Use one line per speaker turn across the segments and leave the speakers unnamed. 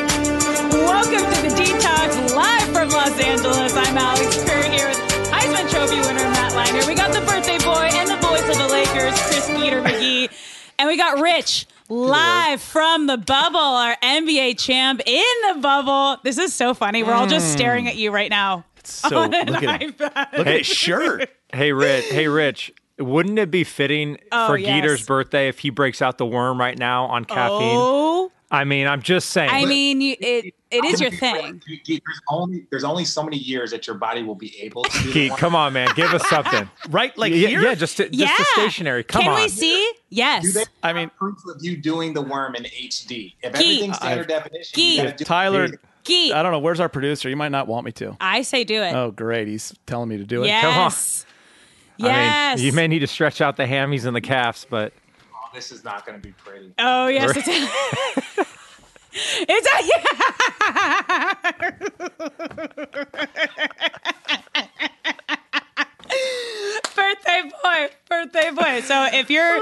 Welcome to the Detox live from Los Angeles. I'm Alex Kerr here with Heisman Trophy winner Matt Leiner. We got the birthday boy and the voice of the Lakers, Chris Peter McGee. And we got Rich live from the bubble, our NBA champ in the bubble. This is so funny. We're all just staring at you right now.
So look at it.
iPad.
Look at his shirt.
Hey Rich, hey Rich, wouldn't it be fitting
Oh,
for
yes.
Geeter's birthday if he breaks out the worm right now on caffeine?
Oh,
I mean, I'm just saying.
I mean, you, it it is your thing.
There's only there's only so many years that your body will be able to. do
Geet,
that.
come on, man, give us something.
Right? Like
yeah,
here?
yeah, just to, just
yeah.
to stationary. Come
Can
on.
we see?
Do
Yes.
they
I mean,
proof of you doing the worm in HD? If everything's standard definition, you
Geek.
gotta do-
Tyler,
Geek.
I don't know. Where's our producer? You might not want me to.
I say do it.
Oh, great. He's telling me to do it.
come on.
Yes.
I
Yes.
mean, you may need to stretch out the hammies and the calves, but
oh, this is not going to be pretty.
oh yes. It's, it's a, birthday boy, birthday boy. So if you're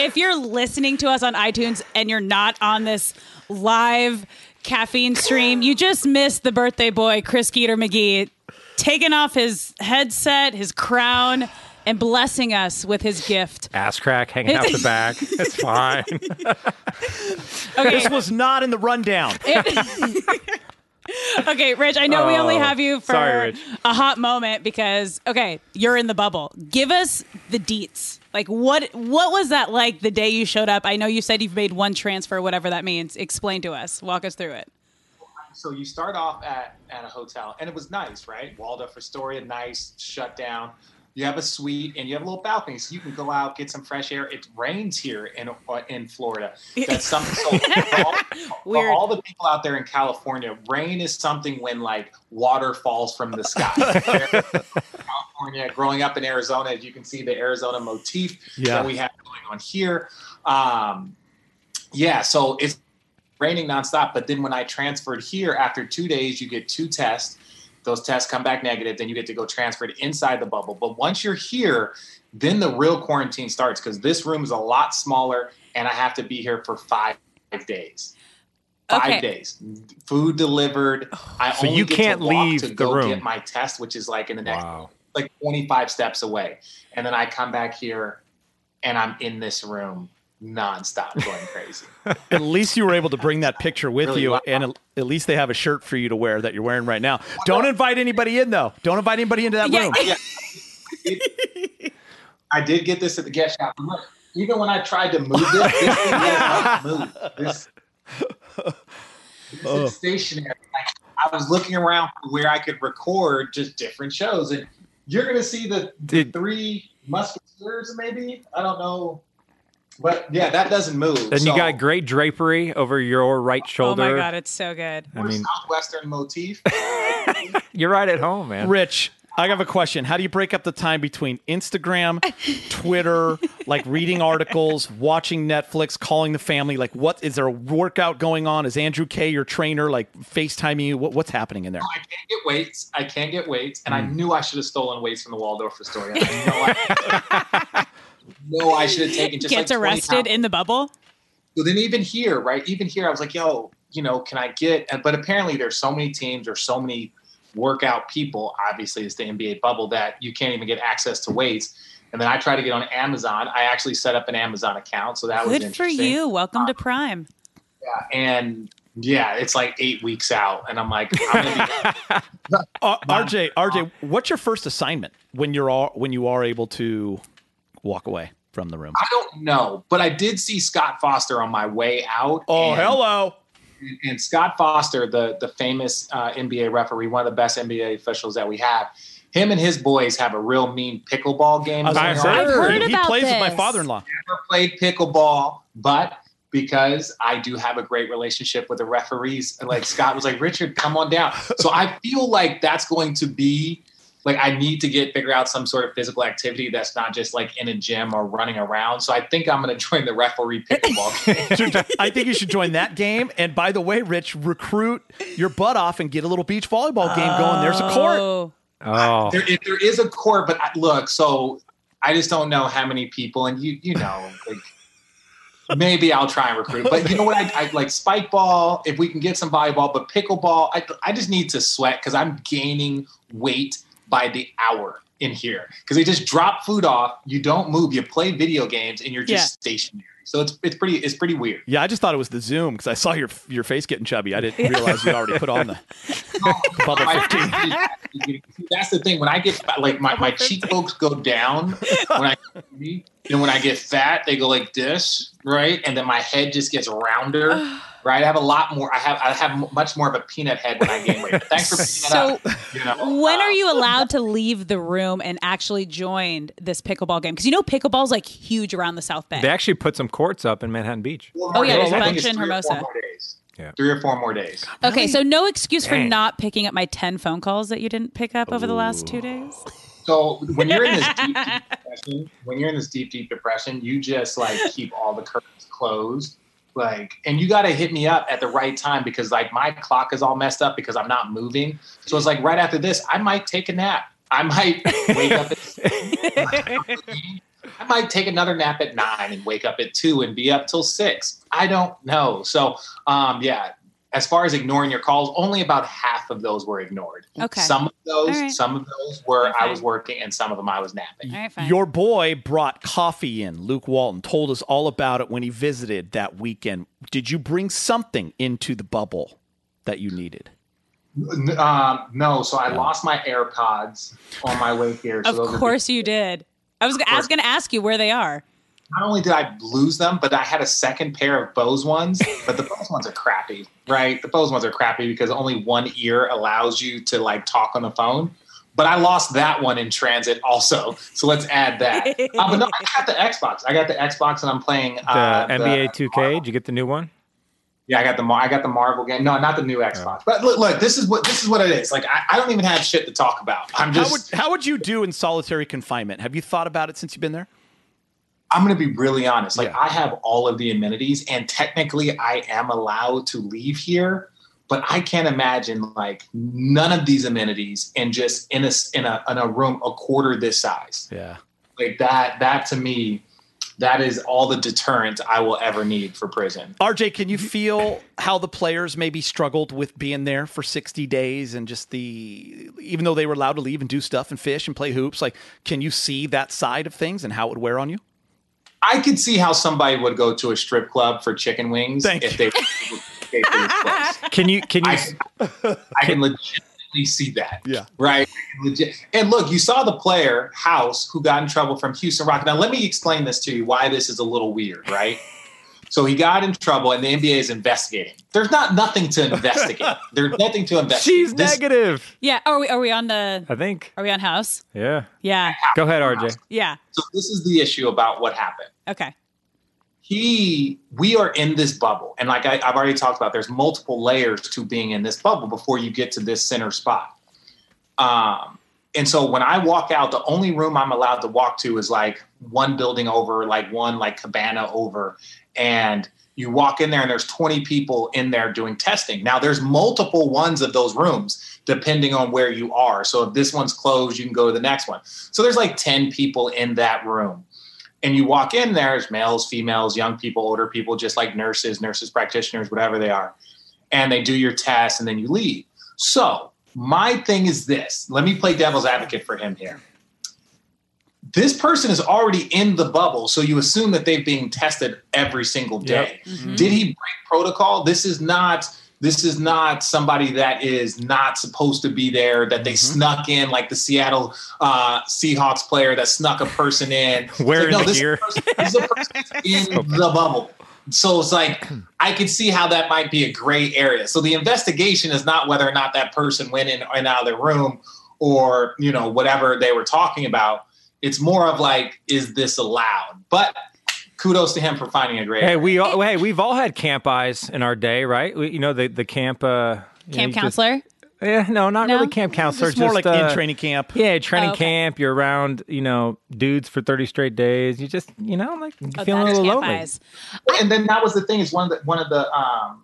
if you're listening to us on iTunes and you're not on this live caffeine stream, you just missed the birthday boy Chris Geeter McGee taking off his headset, his crown, and blessing us with his gift.
ass crack hanging out the back. It's fine.
Okay.
This was not in the rundown.
Okay, Rich, I know we only
Oh,
have you for
sorry, Rich.
a hot moment because okay, you're in the bubble. Give us the deets. Like what what was that like the day you showed up? I know you said you've made one transfer, whatever that means. Explain to us. Walk us through it.
So you start off at at a hotel, and it was nice, right? Waldorf Astoria, nice, shut down. You have a suite, and you have a little balcony, so you can go out get some fresh air. It rains here in uh, in Florida. That's something. So for all, for
Weird.
all the people out there in California, rain is something when like water falls from the sky. California, growing up in Arizona, as you can see the Arizona motif
Yeah.
that we have going on here. Um, yeah, so it's raining nonstop. But then when I transferred here, after two days, you get two tests. Those tests come back negative, then you get to go transferred inside the bubble. But once you're here, then the real quarantine starts because this room is a lot smaller, and I have to be here for five days. Five
Okay.
days, food delivered. I
So
only
you
get
can't
to walk
leave
to
the
go
room.
get my test, which is like in the next
Wow.
like 25 steps away. And then I come back here and I'm in this room nonstop going crazy.
at least you were able to bring that picture with
Really
you,
wow.
and at- at least they have a shirt for you to wear that you're wearing right now. Don't invite anybody in, though. Don't invite anybody into that
Yeah.
room.
I did get this at the gift shop. Look, even when I tried to move this, this thing did not move. This, this
Oh.
is stationary. Like, I was looking around for where I could record just different shows, and you're gonna see the, the
Did-
three musketeers, maybe. I don't know, but yeah, that doesn't move.
Then
So,
you got great drapery over your right shoulder.
Oh my god, it's so good.
I
we're
mean,
southwestern motif.
you're right at home, man.
Rich, I have a question. How do you break up the time between Instagram, Twitter, like reading articles, watching Netflix, calling the family? Like, what is there a workout going on? Is Andrew K your trainer? Like, FaceTiming you? What, what's happening in there?
I can't get weights. I can't get weights, and I knew I should have stolen weights from the Waldorf Astoria. I know I, no, I should have taken just
Gets
like 20
arrested
pounds.
in the bubble.
So then even here, right? Even here, I was like, yo, you know, can I get? and- But apparently, there's so many teams or so many workout people. Obviously, it's the NBA bubble that you can't even get access to weights. And then I tried to get on Amazon. I actually set up an Amazon account, so that was
Good for
interesting. Uh,
you. Welcome to Prime.
Yeah, and yeah, it's like eight weeks out, and I'm like, I'm gonna be
Uh, RJ, RJ, what's your first assignment when you're all, when you are able to walk away from the room?
I don't know, but I did see Scott Foster on my way out.
Oh,
and,
hello.
And Scott Foster, the the famous uh, NBA referee, one of the best NBA officials that we have. Him and his boys have a real mean pickleball game.
I
going
was
on.
like,
I've heard
he
about
plays with my
this.
father-in-law.
never played pickleball, but because I do have a great relationship with the referees, and like Scott was like, Richard, come on down. So I feel like that's going to be like I need to get figure out some sort of physical activity that's not just like in a gym or running around. So I think I'm going to join the referee pickleball. game.
Dude, I think you should join that game. And by the way, Rich, recruit your butt off and get a little beach volleyball game going. There's a court.
Oh.
Oh,
there, if there is a court, but I, look, so I just don't know how many people, and you you know, like maybe I'll try and recruit. But you know what? I, I like spike ball if we can get some volleyball, but pickleball, I, I just need to sweat because I'm gaining weight by the hour in here because they just drop food off. You don't move. You play video games and you're just stationary. So it's it's pretty it's pretty weird.
Yeah, I just thought it was the Zoom because I saw your your face getting chubby. I didn't realize you already put on the bubble.
My face is- that's the thing. When I get fat, like my, my cheekbones go down when I and when I get fat, they go like this, right? And then my head just gets rounder, right? I have a lot more. I have I have much more of a peanut head when I gain weight. But thanks for
So
picking that up. You know,
When are
Um,
you allowed to leave the room and actually join this pickleball game? Because you know pickleball's like huge around the South Bay.
They actually put some courts up in Manhattan Beach.
four
Oh,
more
yeah,
days.
there's a
I think
bunch
it's
in
three or four
Hermosa.
more days.
Yeah.
Three or four more days.
okay, so no excuse for
Dang.
not picking up my ten phone calls that you didn't pick up over the last two days.
So when you're in this deep, deep depression, when you're in this deep, deep depression, you just like keep all the curtains closed. Like, and you got to hit me up at the right time because like my clock is all messed up because I'm not moving. So it's like right after this, I might take a nap. I might wake up. At, I might take another nap at nine and wake up at two and be up till six. I don't know. So, um, yeah. As far as ignoring your calls, only about half of those were ignored.
Okay.
Some of those,
All right.
some of those were
Okay.
I was working, and some of them I was napping.
All right, fine.
Your boy brought coffee in. Luke Walton told us all about it when he visited that weekend. Did you bring something into the bubble that you needed?
N- Um, no, so I lost my AirPods on my way here. So
of
those are-
course you did. I was, I was going to ask you where they are.
not only did I lose them, but I had a second pair of Bose ones. But the Bose ones are crappy, right? The Bose ones are crappy because only one ear allows you to like talk on the phone. But I lost that one in transit also. So let's add that. Uh, but no, I got the Xbox. I got the Xbox, and I'm playing
The
uh, the-
NBA 2K. Did you get the new one?
Yeah, I got the Mar- I got the Marvel game. No, not the
Oh.
new Xbox. But look, look, this is what this is what it is. Like I, I don't even have shit to talk about. I'm
How
just
would how would you do in solitary confinement? Have you thought about it since you've been there?
I'm going to be really honest. Like
Yeah.
I have all of the amenities, and technically I am allowed to leave here, but I can't imagine like none of these amenities and just in a s- in a in a room a quarter this size.
Yeah.
Like that that to me, that is all the deterrent I will ever need for prison.
RJ, can you feel how the players maybe struggled with being there for 60 days and just the even though they were allowed to leave and do stuff and fish and play hoops, like can you see that side of things and how it would wear on you?
I could see how somebody would go to a strip club for chicken wings
Thank
if
you.
they were pay for this place.
Can you can you
I, I can legitimately see that.
Yeah.
Right. Legit. And look, you saw the player House who got in trouble from Houston Rockets. Now, let me explain this to you why this is a little weird, right? so he got in trouble, and the NBA is investigating. There's not nothing to investigate. There's nothing to investigate.
She's
This-
negative.
Yeah. Are we? Are we on the?
I think.
Are we on house?
Yeah.
Yeah.
Go ahead, RJ.
Yeah.
So this is the issue about what happened.
Okay.
he we are in this bubble and like I, i've already talked about there's multiple layers to being in this bubble before you get to this center spot um, and so when i walk out the only room i'm allowed to walk to is like one building over like one like cabana over and you walk in there and there's 20 people in there doing testing now there's multiple ones of those rooms depending on where you are so if this one's closed you can go to the next one so there's like 10 people in that room and you walk in there's males females young people older people just like nurses nurses practitioners whatever they are and they do your test and then you leave so my thing is this let me play devil's advocate for him here this person is already in the bubble so you assume that they're being tested every single day
Mm-hmm.
did
Mm-hmm.
he break protocol this is not this is not somebody that is not supposed to be there that they
Mm-hmm.
snuck in like the seattle uh, seahawks player that snuck a person in
Wearing
It's like,
the
this
gear.
person- this is a person in the bubble so it's like i could see how that might be a gray area so the investigation is not whether or not that person went in and out of their room or you know whatever they were talking about it's more of like is this allowed but kudos to him for finding a gray
Hey, we all hey we've all had camp eyes in our day, right? We, you know the the camp uh, you know, you
Camp
just-
counselor.
yeah, no, not
No?
really camp counselor.
It's more like
uh,
in training camp.
Yeah, training
Oh, okay.
camp. You're around, you know, dudes for thirty straight days. You just, you know, like you're
Oh,
feeling a
that's
little
camp
lonely.
eyes.
and then that was the thing is one of the one of the um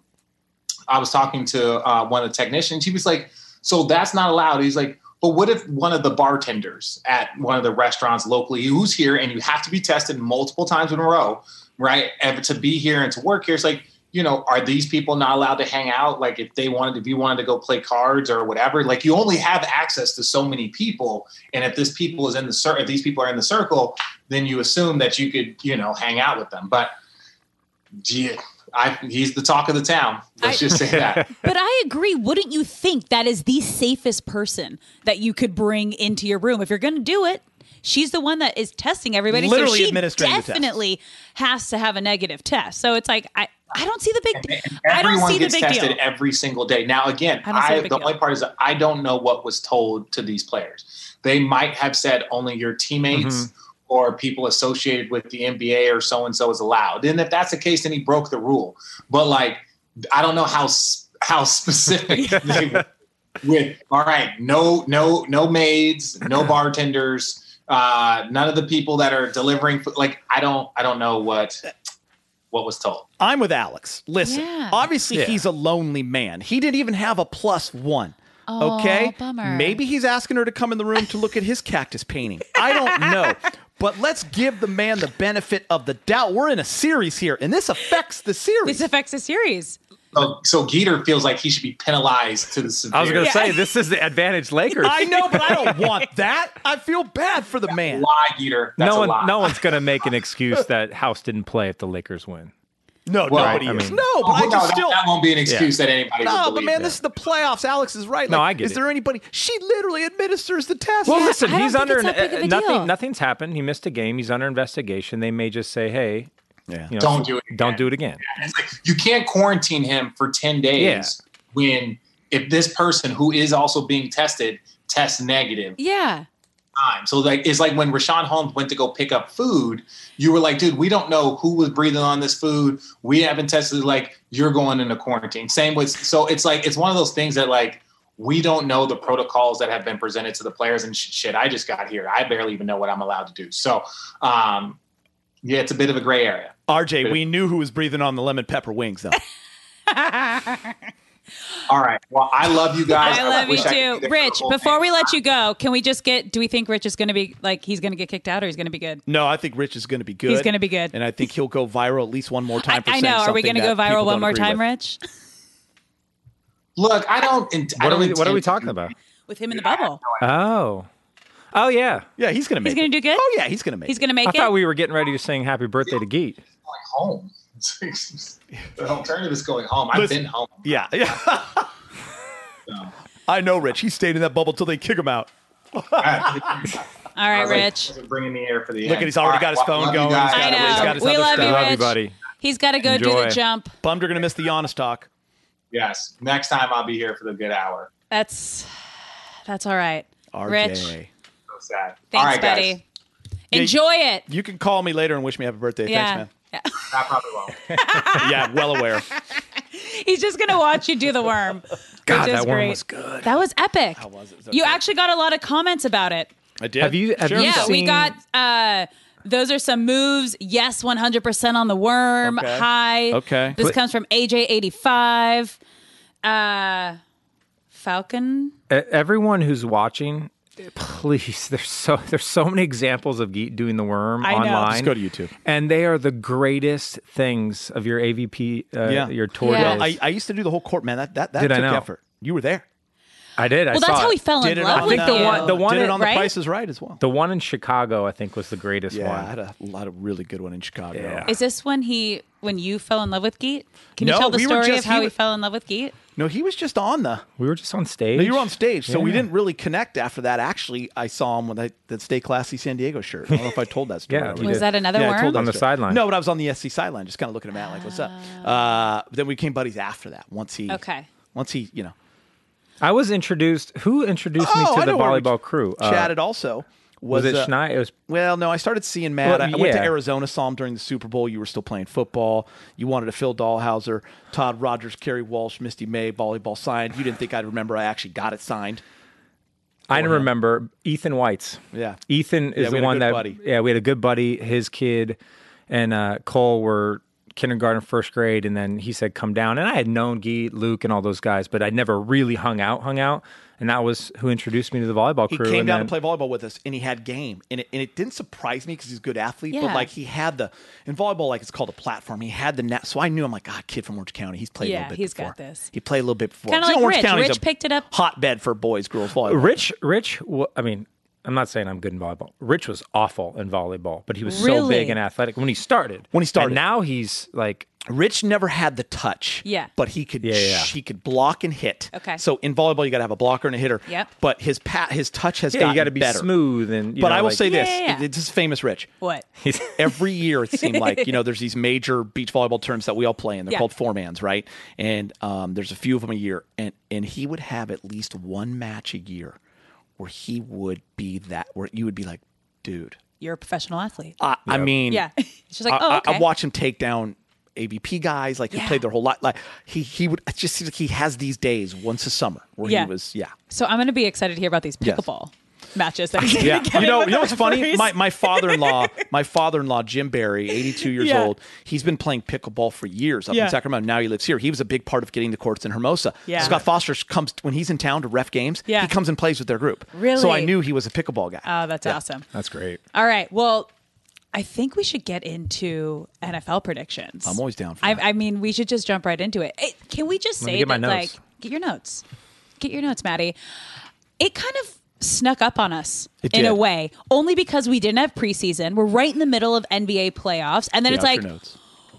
i was talking to uh, one of the technicians he was like so that's not allowed he's like But what if one of the bartenders at one of the restaurants locally who's here and you have to be tested multiple times in a row, right? And to be here and to work here, it's like, you know, are these people not allowed to hang out? Like if they wanted if you wanted to go play cards or whatever, like you only have access to so many people. And if this people is in the circle, if these people are in the circle, then you assume that you could, you know, hang out with them. But gee, I, he's the talk of the town. Let's
I-
just say that.
But I agree. Wouldn't you think that is the safest person that you could bring into your room if you're going to do it? She's the one that is testing everybody.
Literally
so she
administering the test.
definitely has to have a negative test. So it's like I, I don't see the big. I don't
Everyone
see the
gets
big
tested
deal.
every single day. Now, again,
I don't see the
I, the,
big deal.
only part is that I don't know what was told to these players. They might have said only your teammates
Mm-hmm.
or people associated with the NBA or so and so is allowed. And if that's the case, then he broke the rule. But like, I don't know how s- how specific they were with. All right, no, no, no maids, no bartenders. Uh, none of the people that are delivering food. Like, I don't, I don't know what what was told.
I'm with Alex. Listen,
Yeah.
obviously
Yeah.
he's a lonely man. He didn't even have a plus one.
Oh,
okay,
bummer.
maybe he's asking her to come in the room to look at his cactus painting. I don't know, but let's give the man the benefit of the doubt. We're in a series here, and this affects the series.
This affects the series.
So, so Geeter feels like he should be penalized to the severe.
I was going to
Yeah.
say this is the advantage Lakers.
I know, but I don't want that. I feel bad for the man.
lie, Geeter. That's
no
a
one,
lie.
no one's going to make an excuse that House didn't play if the Lakers win.
No,
Well,
nobody
I
is.
mean-
no, but
Oh,
I
no,
just
that,
still.
that won't be an excuse that anybody.
No,
would
but
believe.
man, this is the playoffs. Alex is right.
No,
Like,
I get
Is
it.
there anybody? She literally admitted there's the test.
Well,
Yeah,
listen,
I don't
he's
think
under
it's that big of a
an, eh, nothing.
deal.
Nothing's happened. He missed a game. He's under investigation. They may just say, "Hey,
Yeah.
you know,
Don't do it
Don't
again.
do it again."
It's like, you can't quarantine him for ten days when if this person who is also being tested tests negative
Yeah.
time. So like it's like when Rashawn Holmes went to go pick up food, you were like, dude, we don't know who was breathing on this food. We haven't tested. Like you're going into quarantine. Same with so it's like it's one of those things that like we don't know the protocols that have been presented to the players and sh- shit. I just got here. I barely even know what I'm allowed to do. So um, yeah, it's a bit of a gray area.
RJ, we knew who was breathing on the lemon pepper wings, though.
All right. Well, I love you guys.
I love you
wish I could be
too.
there for the
Rich,
whole
before
thing.
we let you go, can we just get do we think Rich is going to be like he's going to get kicked out or he's going to be good?
No, I think Rich is going to be good.
He's going to be good.
and I think he'll go viral at least one more time.
I,
For
I
saying
know. Are we going
something
to go
that
viral
people
one
don't
more
agree
time,
with.
Rich?
look, I don't. int- I
What are
don't
we? What are we
intend to
talking about?
With him in the bubble.
Oh, oh yeah.
Yeah, he's going to make.
He's going
it.
to do good.
Oh yeah, he's going to make.
He's
it.
going to make
I
it.
thought we were getting ready to sing "Happy Birthday" to Geet.
Going home. the alternative is going home. I've
Listen-
been home.
Yeah, yeah.
So.
I know, Rich. He stayed in that bubble till they kick him out.
All
I
right,
was like,
Rich.
I wasn't bringing the air for the
Look at
end.
he's already
All
got his
right,
phone
love you
going.
guys.
He's got,
I know.
He's got his
We
other
love
stuff.
you,
Love
Rich.
you, buddy.
He's got to go do
Enjoy.
the jump.
Bummed you're going to miss the honest talk.
Yes. Next time I'll be here for the good hour.
That's that's all right.
RJ.
Rich,
So sad. All
thanks,
right,
buddy.
guys.
you-
Enjoy it.
You can call me later and wish me happy birthday.
Yeah.
Thanks,
yeah.
I probably won't.
man. yeah, well aware.
He's just gonna watch you do the worm.
God,
which is
that worm
great.
was good.
That was epic. How
was it? It was
You
okay.
actually got a lot of comments about it.
I did.
Have you- have
Sure.
you
yeah, we
seen-
got uh those are some moves. Yes, 100% on the worm.
Okay.
Hi.
Okay.
This
But-
comes from AJ85. Uh Falcon.
E- Everyone who's watching, please. There's so there's so many examples of Geet doing the worm
I know.
online.
Just go to YouTube.
and they are the greatest things of your AVP, uh,
Yeah.
your tour.
Yeah.
days.
I, I used to do the whole court, man. That that that
Did I
took
know?
effort. You were there.
I did. I
Well, that's
saw
how
it.
he fell
Did
Oh, in
it
love
on
with
I think the
you.
one- the one
Did it
at-
on the
right?
Price is Right as well.
The one in Chicago, I think, was the greatest
Yeah, I
one.
had a lot of really good one in Chicago.
Yeah.
Is this when he when you fell in love with Geet? Can you
No,
tell the
we were
story
just-
of how
he
he,
was-
fell in love with Geet?
No, he was just on the.
We were just on stage.
No, you were on stage, so we
Yeah.
didn't really connect after that. Actually, I saw him with that, that Stay Classy San Diego shirt. I don't know if I told that story.
Yeah,
already.
you
Was
did.
that another
yeah, I
worm?
told that
On the
story.
sideline.
No, but I was on the SC sideline, just kind of looking at Matt like, "What's up?" Uh, then we became buddies after that. Once he,
Ah. Okay.
once he, you know,
I was introduced. Who introduced
Oh,
me
I
to the
know where we
volleyball crew? Uh,
chatted also. Was,
was it
uh,
Schneider? It was
Well, no, I started seeing Matt.
Well,
I, I went to
yeah.
Arizona, saw him during the Super Bowl. You were still playing football. You wanted to Phil Dahlhauser, Todd Rogers, Kerry Walsh, Misty May, volleyball signed. You didn't think I'd remember. I actually got it signed.
I remember Ethan Whites.
Yeah.
Ethan
Yeah,
is
we had
the
a
one
good
that
buddy.
yeah we had a good buddy. His kid and uh, Cole were kindergarten, first grade, and then he said come down. And I had known Guy, Luke, and all those guys, but I never really hung out, hung out. And that was who introduced me to the volleyball
He
crew.
came
and
down
then-
to play volleyball with us, and he had game, and it, and it didn't surprise me because he's a good athlete.
Yeah.
But like he had the in volleyball, like it's called a platform. He had the net, so I knew I'm like, ah, kid from Orange County. He's played a
Yeah,
little bit.
he's
before.
got this.
He played a little bit before.
Kinda
You know,
like
Orange
Rich.
County's
Rich
a
picked it up.
Hotbed for boys, girls volleyball.
Rich, Rich, wa- I mean, I'm not saying I'm good in volleyball. Rich was awful in volleyball, but he was so
Really?
big and athletic when he started.
When he started.
And now he's like,
Rich never had the touch.
Yeah.
But he could
Yeah, yeah.
he could block and hit.
Okay.
So in volleyball you gotta have a blocker and a hitter.
Yep.
But his pat his touch has
yeah,
gotten
you got to be
better.
smooth and. You
But
know,
I will
like-
say this.
Yeah, yeah, yeah.
It, it's just famous Rich.
What?
Every year it seemed like, you know, there's these major beach volleyball tournaments that we all play in. They're
Yeah.
called four mans, right? And um, there's a few of them a year. And and he would have at least one match a year where he would be that where you would be like, dude.
You're a professional athlete.
I, I mean
yeah. She's like,
I,
oh,
I-
okay.
I watch him take down ABP guys. Like
Yeah.
he played their whole lot. Like he he would. It just seems like he has these days once a summer where
Yeah.
he was yeah.
So I'm going to be excited to hear about these
Yes.
pickleball matches. That he's gonna get
you
in
know,
with
you know
the
what's funny?
referees.
My my father-in-law, my father-in-law Jim Barry, 82 years
Yeah.
old. He's been playing pickleball for years up
Yeah.
in Sacramento. Now he lives here. He was a big part of getting the courts in Hermosa.
Yeah.
Scott Foster comes when he's in town to ref games.
Yeah.
He comes and plays with their group. So
Really?
I knew he was a pickleball guy.
oh, that's awesome.
That's great.
All right. Well, I think we should get into NFL predictions.
I'm always down for
I,
that.
I mean, we should just jump right into it. Eh, can we just
Let me
say
get my
that,
notes.
like, get your notes, get your notes, Maddie. It kind of snuck up on us
It
in
did.
a way, only because we didn't have preseason. We're right in the middle of NBA playoffs, and then
Yeah,
it's
out
like,
your notes.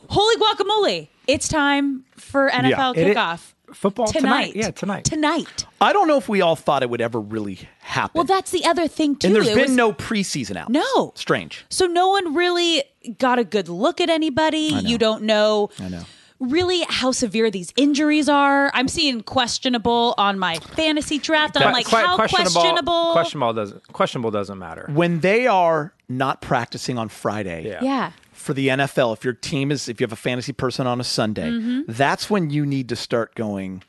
holy guacamole! It's time for NFL
It- it-
kickoff
football tonight.
tonight.
Yeah, tonight.
Tonight.
I don't know if we all thought it would ever really happen.
Well, that's the other thing too.
and there's
It
been
was-
no preseason out.
No.
Strange.
So no one really got a good look at anybody. You don't know.
I know.
Really, how severe these injuries are? I'm seseeing questionable on my fantasy draft. I'm
But
like,
quite
how questionable?
Questionable doesn't questionable doesn't matter.
when they are not practicing on Friday
Yeah.
Yeah,
for the NFL, if your team is, if you have a fantasy person on a Sunday, that's when you need to start going.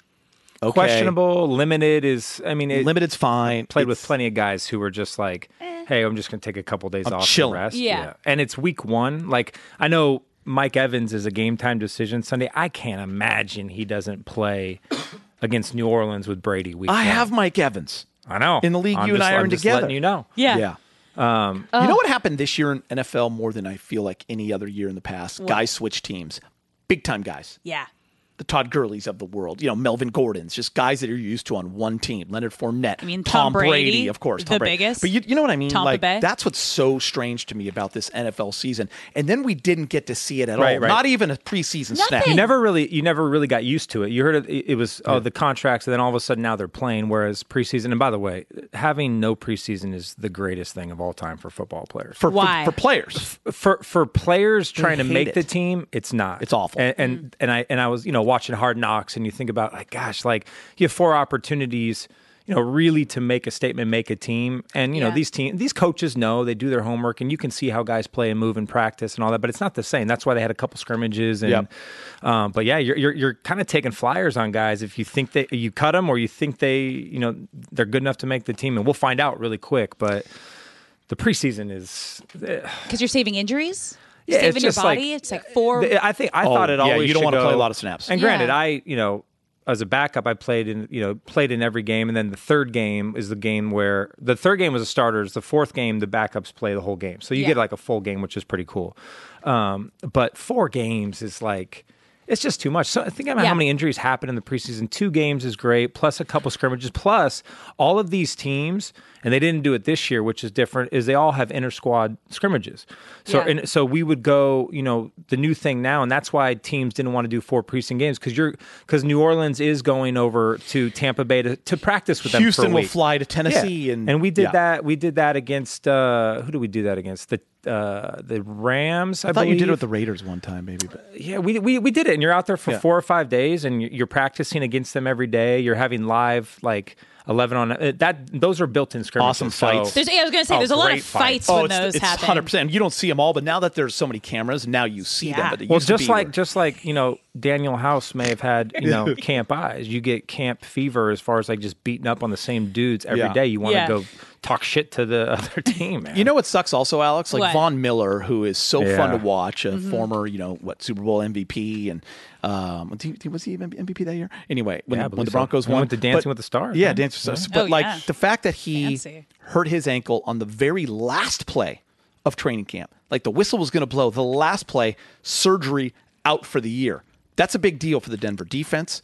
Okay,
Questionable, limited is. I mean, it,
limited's fine.
played with
It's-
plenty of guys who were just like, "Hey, I'm just going to take a couple days off
chilling.
and rest."
Yeah.
and it's week one. Like I know Mike Evans is a game time decision Sunday. I can't imagine he doesn't play against New Orleans with Brady week.
I
one.
have Mike Evans.
I know
in the league
I'm
you and
just-
I are
I'm
in
just
together.
Letting you know.
yeah,
Um,
you know what happened this year in NFL more than I feel like any other year in the past? Guys switch teams, big time guys.
yeah.
the Todd Gurley's of the world, you know, Melvin Gordon's, just guys that you're used to on one team. Leonard Fournette,
I mean, Tom
Tom, Brady,
Brady,
of course, Tom
the
Brady.
biggest.
But you, you know what I mean?
Tampa
like
Bay.
that's what's so strange to me about this NFL season. And then we didn't get to see it at
Right,
all.
right.
Not even a preseason snap.
Nothing.
You never really, you never really got used to it. You heard it, it was oh the contracts, and then all of a sudden now they're playing. Whereas preseason, and by the way, having no preseason is the greatest thing of all time for football players.
For, for-
Why?
For, players.
for for players trying to
hate
make the
it.
team, it's not.
It's awful.
And and, and I and I was you know watching Hard Knocks, and you think about like, gosh, like you have four opportunities. You know, really to make a statement, make a team, and you
Yeah.
know these team, these coaches know they do their homework, and you can see how guys play and move and practice and all that. But it's not the same. That's why they had a couple scrimmages, and
Yep.
um, but yeah, you're you're, you're kind of taking flyers on guys if you think that you cut them or you think they you know they're good enough to make the team, and we'll find out really quick. But the preseason is
Because you're saving injuries,
Yeah, it's
saving your
just like-
body. it's like four.
Th- I think I thought it
Oh, yeah,
always.
you don't
should
wanna play a
go-
lot of snaps.
And
Yeah.
granted, I you know as a backup, I played in you know played in every game, and then the third game is the game where the third game was the starters. The fourth game, the backups play the whole game, so you
Yeah.
get like a full game, which is pretty cool. Um, but four games is like. It's just too much. So I think about
Yeah.
how many injuries happen in the preseason. Two games is great, plus a couple scrimmages, plus all of these teams, and they didn't do it this year, which is different. Is they all have inter squad scrimmages. So
Yeah.
and so we would go, you know, the new thing now, and that's why teams didn't want to do four preseason games because you're because New Orleans is going over to Tampa Bay to, to practice with them. for
Houston
a
will
week.
fly to Tennessee.
Yeah.
And,
we did
yeah.
that. We did that against uh, who do we do that against the uh, the Rams? I,
I thought you did
believe.
it with the Raiders one time, maybe. But
yeah. We, we we did it, and you're out there for
Yeah.
four or five days, and you- you're practicing against them every day. You're having live like eleven on uh, that. Those are built-in scrimmages.
Awesome
so-
fights.
there's, yeah, I was going to say,
Oh,
there's a lot of
great fight.
fights when those
Oh, it's
happen.
100%. You don't see them all, but now that there's so many cameras, now you see
Yeah.
them. But it
Well,
used to
just
be
like
where-
just like you know, Daniel House may have had you know camp eyes. You get camp fever as far as like just beating up on the same dudes every day.
Yeah.
You want to
Yeah.
go talk shit to the other team, man.
You know what sucks also, Alex? Like
What? Mm-hmm.
Von Miller, who is so
Yeah.
fun to watch, a former, you know, what, Super Bowl MVP and um do you- was he even MVP that year? Anyway, when,
Yeah, I
when
believe
the
so.
Broncos
He
won.
went to Dancing with the Stars,
Yeah,
huh?
Dancing with the Stars.
Yeah.
But
Oh,
like
yeah.
the fact that he
Fancy.
hurt his ankle on the very last play of training camp. Like the whistle was gonna blow, the last play, surgery out for the year. That's a big deal for the Denver defense.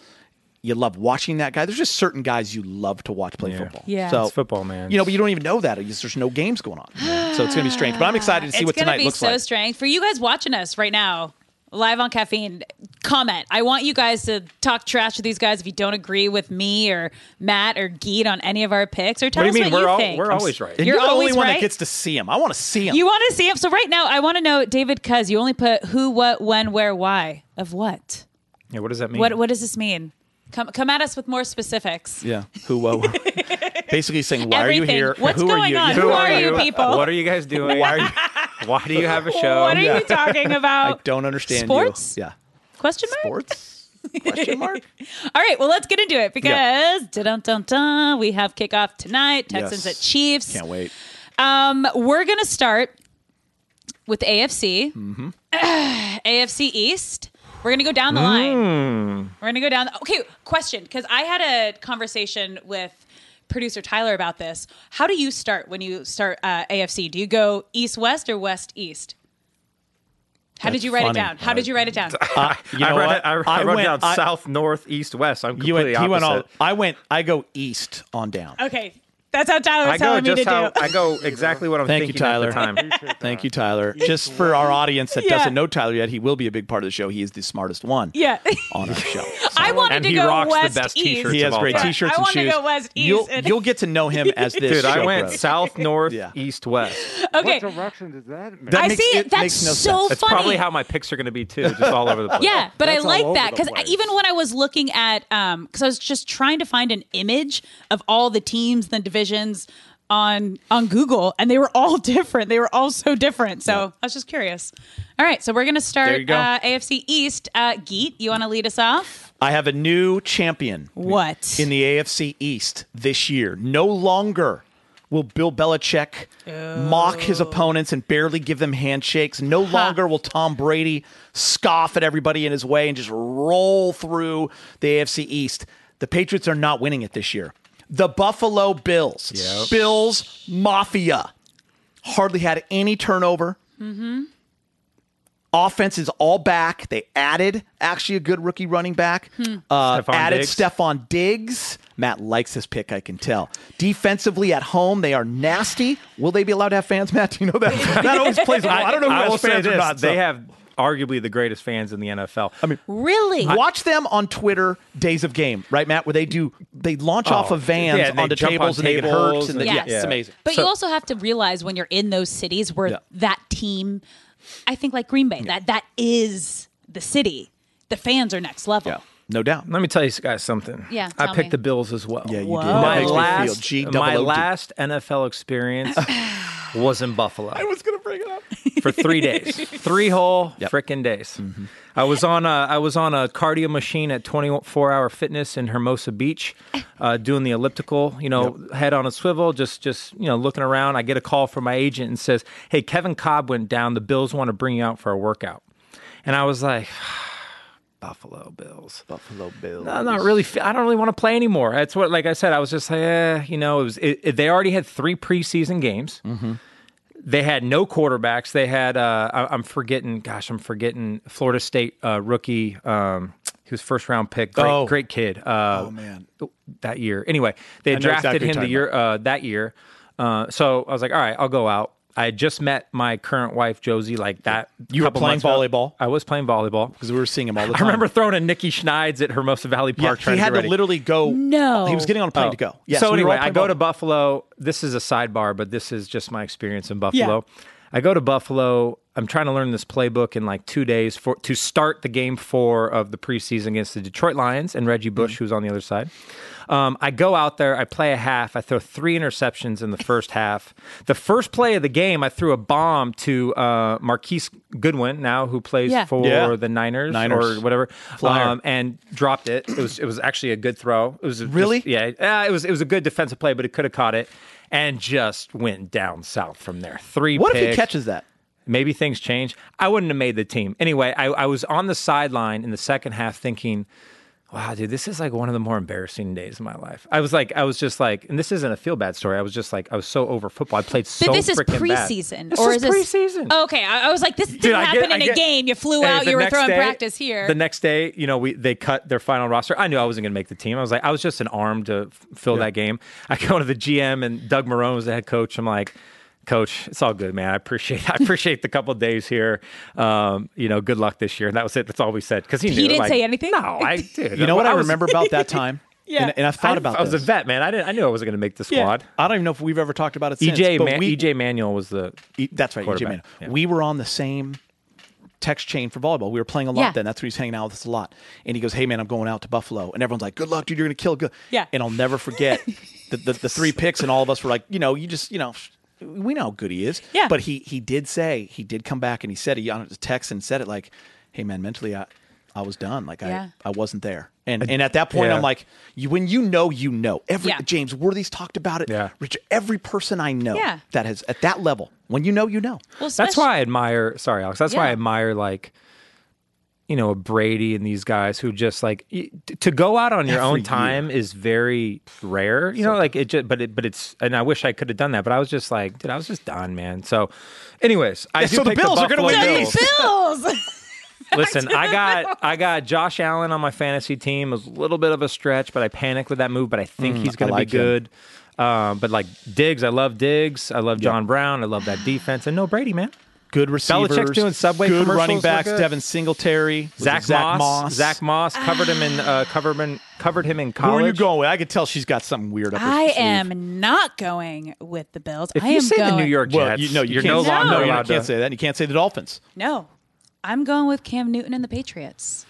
You love watching that guy. There's just certain guys you love to watch play
Yeah.
football.
Yeah.
so
It's
football, man.
You know, but you don't even know that. because There's no games going on, so it's gonna be strange. But I'm excited to see
it's
what
gonna
tonight
be
looks
so
like.
strange for you guys watching us right now live on caffeine comment i want you guys to talk trash to these guys if you don't agree with me or matt or geet on any of our picks or tell
What do you
us
mean?
what
We're
you
all-
think
we're always right.
And
You're
you're, the only
always
one
right.
that gets to see him. I want to see him.
you want to see him so right now i want to know david cuz you only put who what when where why of what
yeah, what does that mean?
what what does this mean come come at us with more specifics
yeah. Who? Whoa. Basically saying, why
Everything.
are you here?
What's
Who
going
are you?
on?
You-
Who are you people?
What are you guys doing? Why, are you, why do you have a show?
what are you talking
I
about
don't understand
Oh, sports
you. Yeah.
question mark
Sports? Question mark?
All right, well, let's get into it because dun dun dun, we have kickoff tonight. Texans
Yes.
at Chiefs.
Can't wait.
Um, we're gonna start with AFC, AFC East. We're gonna go down the line. We're gonna go down. The, okay, question because I had a conversation with producer Tyler about this. How do you start when you start uh, AFC? Do you go east west or west east? How did
That's
you write it
funny.
down? How did you write it down?
Uh, you know
I read
what?
it. I, I
I
wrote
went-
down
I-
south, north, east, west. I'm
You went,
completely
he went all,
opposite.
I went, I go east on down.
Okay, that's how Tyler was
I go
telling me to
just how
do.
I go exactly what I'm
Thank you,
thinking at the
Tyler.
time.
Thank you, Tyler. Just for our audience that
Yeah.
doesn't know Tyler yet, he will be a big part of the show. He is the smartest one
yeah.
on our show.
I wanted
And
to
he
go
rocks the
west
best
east.
t-shirts.
He has
of all
great
time.
T-shirts
I
and
wanna
shoes.
go West, East,
You'll,
and-
you'll get to know him as this.
Dude, I
show
went
grows.
south, north,
Yeah.
east, west.
Okay,
What direction does that make?
That
I
makes-
see it.
it
That's
makes no
so
sense.
That's
funny.
probably how my picks are going to be too, just all over the place.
yeah, but I
That's all
like
over
that
the
because
place.
even when I was looking at, um, because I was just trying to find an image of all the teams, the divisions on on Google, and they were all different. They were all so different. So I was just curious. All right, so we're gonna
There
start
you go.
uh, AFC East. Uh, Geet, you want to lead us off?
I have a new champion
What?
in the AFC East this year. No longer will Bill Belichick mock
Oh.
his opponents and barely give them handshakes. No longer will Tom Brady scoff at everybody in his way and just roll through the AFC East. The Patriots are not winning it this year. The Buffalo Bills,
Yep.
Bills Mafia, hardly had any turnover offense is all back. They added actually a good rookie running back. Uh,
Stephon
added
Diggs.
Stephon Diggs. Matt likes this pick, I can tell. Defensively at home, they are nasty. Will they be allowed to have fans, Matt? Do you know that? that always plays. I, I don't know who
I will
has
say
fans
this:
or not.
they
so.
have arguably the greatest fans in the NFL. I mean,
Really?
Watch them on Twitter, Days of Game, right, Matt? Where they do they launch off of vans
Oh, yeah, and they
onto
jump on
tables and they get hurt.
tables
And they,
and-
yeah,
Yes.
it's amazing.
But you also have to realize when you're in those cities where
Yeah.
that team, I think like Green Bay, that that is the city. The fans are next level.
Yeah, no doubt.
Let me tell you guys something.
Yeah,
I
tell
picked
me.
the Bills as well.
Yeah, you
Whoa.
did.
That
My
makes me
last, my
G-double-O-D.
last NFL experience was in Buffalo
was gonna bring it up.
for three days, three whole
Yep. Mm-hmm.
frickin' days. I was on a I was on a cardio machine at 24 Hour Fitness in Hermosa Beach, uh, doing the elliptical. You know, head on a swivel, just just you know looking around. I get a call from my agent and says, "Hey, Kevin Cobb went down. The Bills want to bring you out for a workout." And I was like, Buffalo Bills.
Buffalo Bills.
I'm not really. fe- I don't really want to play anymore. That's what, like I said, I was just like, eh, you know, it was. It, it- they already had three preseason games.
Mm-hmm.
They had no quarterbacks. They had. Uh, I, I'm forgetting. Gosh, I'm forgetting. Florida State uh, rookie. Um, he was first round pick. Great,
Oh.
great kid. Uh,
Oh, man.
that year. Anyway, they had
know exactly
drafted
who you're
him the
talking
year uh, that year. Uh, so I was like, all right, I'll go out. I had just met my current wife Josie like that.
You were
couple
playing
months ago.
volleyball?
I was playing volleyball.
Because we were seeing him all the
I
time.
remember throwing a Nicky Schneid's at Hermosa Valley
Yeah,
Park. trying
he had
to,
to
get ready. Oh.
literally go.
No.
he was getting on a plane to go. Yeah,
so
we were all
anyway, I
playing
go to
volleyball.
Buffalo. This is a sidebar, but this is just my experience in Buffalo. I go to Buffalo. I'm trying to learn this playbook in like two days for to start the game four of the preseason against the Detroit Lions and Reggie Bush,
Mm-hmm.
who's on the other side. Um, I go out there. I play a half. I throw three interceptions in the first half. The first play of the game, I threw a bomb to uh, Marquise Goodwin, now who plays
Yeah.
for
Yeah.
the Niners,
Niners.
or whatever, Um,
Flyer.
and dropped it. It was it was actually a good throw. It was a-
Really?
just- yeah, uh, it was it was a good defensive play, but it could have caught it. and just went down south from there. Three.
What if he
picks.
catches that?
Maybe things change. I wouldn't have made the team anyway. I, I was on the sideline in the second half thinking. Wow, dude, this is like one of the more embarrassing days of my life. I was like, I was just like, and this isn't a feel bad story. I was just like, I was so over football. I played so.
But this is
freaking bad.
preseason,
This
or
is
is,
preseason.
This, okay, I, I was like, this didn't
Dude, I
happen
get-
in
I
a
get-
game. You flew
Hey,
out.
the
You were
next
throwing
day-
practice here.
The next day, you know, we they cut their final roster. I knew I wasn't going to make the team. I was like, I was just an arm to f- fill that game. I go to the GM and Doug Marone was the head coach. I'm like. Coach, it's all good, man. I appreciate I appreciate the couple days here. Um, you know, good luck this year. And that was it. That's all we said because he, knew.
didn't
like,
say anything?
No, I did.
You know what I,
was-
remember about that time?
Yeah.
and, and I thought
I,
about.
I was
this.
a vet, man. I didn't. I knew I wasn't going to make the squad.
I don't even know if we've ever talked about it since.
EJ,
but
E man,
we-
EJ Manuel was the
E- that's right, EJ
quarterback.
Manuel.
Yeah.
We were on the same text chain for volleyball. We were playing a lot
Yeah.
then. That's where he's hanging out with us a lot. And he goes, "Hey man, I'm going out to Buffalo," and everyone's like, "Good luck, dude. You're gonna kill." Good.
Yeah.
And I'll never forget the, the the three picks, and all of us were like, you know, you just you know. We know how good he is,
Yeah.
But he he did say he did come back and he said he on a text and said it like, "Hey man, mentally I I was done. Like
Yeah.
I I wasn't there." And and at that point
Yeah.
I'm like, you when you know you know. Every
Yeah.
James Worthy's talked about it.
Yeah.
Richard, every person I know
Yeah.
that has at that level. When you know, you know.
Well,
That's
especially-
why I admire. Sorry, Alex. That's why I
Yeah.
admire like, you know, Brady and these guys who just like y- t- to go out on your
Every
own
year.
time is very rare. You know, like it. Just, but it. But it's. And I wish I could have done that. But I was just like, dude, I was just done, man. So, anyways, I do
so the
pick
Bills are gonna
Buffalo
win
Go
Bills.
Bills.
Listen, I got I got Josh Allen on my fantasy team. It was a little bit of a stretch, but I panicked with that move. But I think he's going
Mm, like
to
him.
be good. Um, but like Diggs, I love Diggs. I love John Brown. I love that defense. And no Brady, man.
Good receivers.
doing Subway
Good
commercials,
running
look
backs.
good.
Devin Singletary. Was
Zach,
it Zach
Moss,
Moss.
Zach Moss covered him in
Ah.
uh, covered him covered him in
Who
college.
are you going with? I could tell she's got something weird up her
I
sleeve.
am not going with the Bills.
If
I
you
am
say
going.
the New York Jets,
Well, you, no, you
are
can't,
no
say-
longer
no, you
allowed
can't
to.
say that. And you can't say the Dolphins.
No, I'm going with Cam Newton and the Patriots.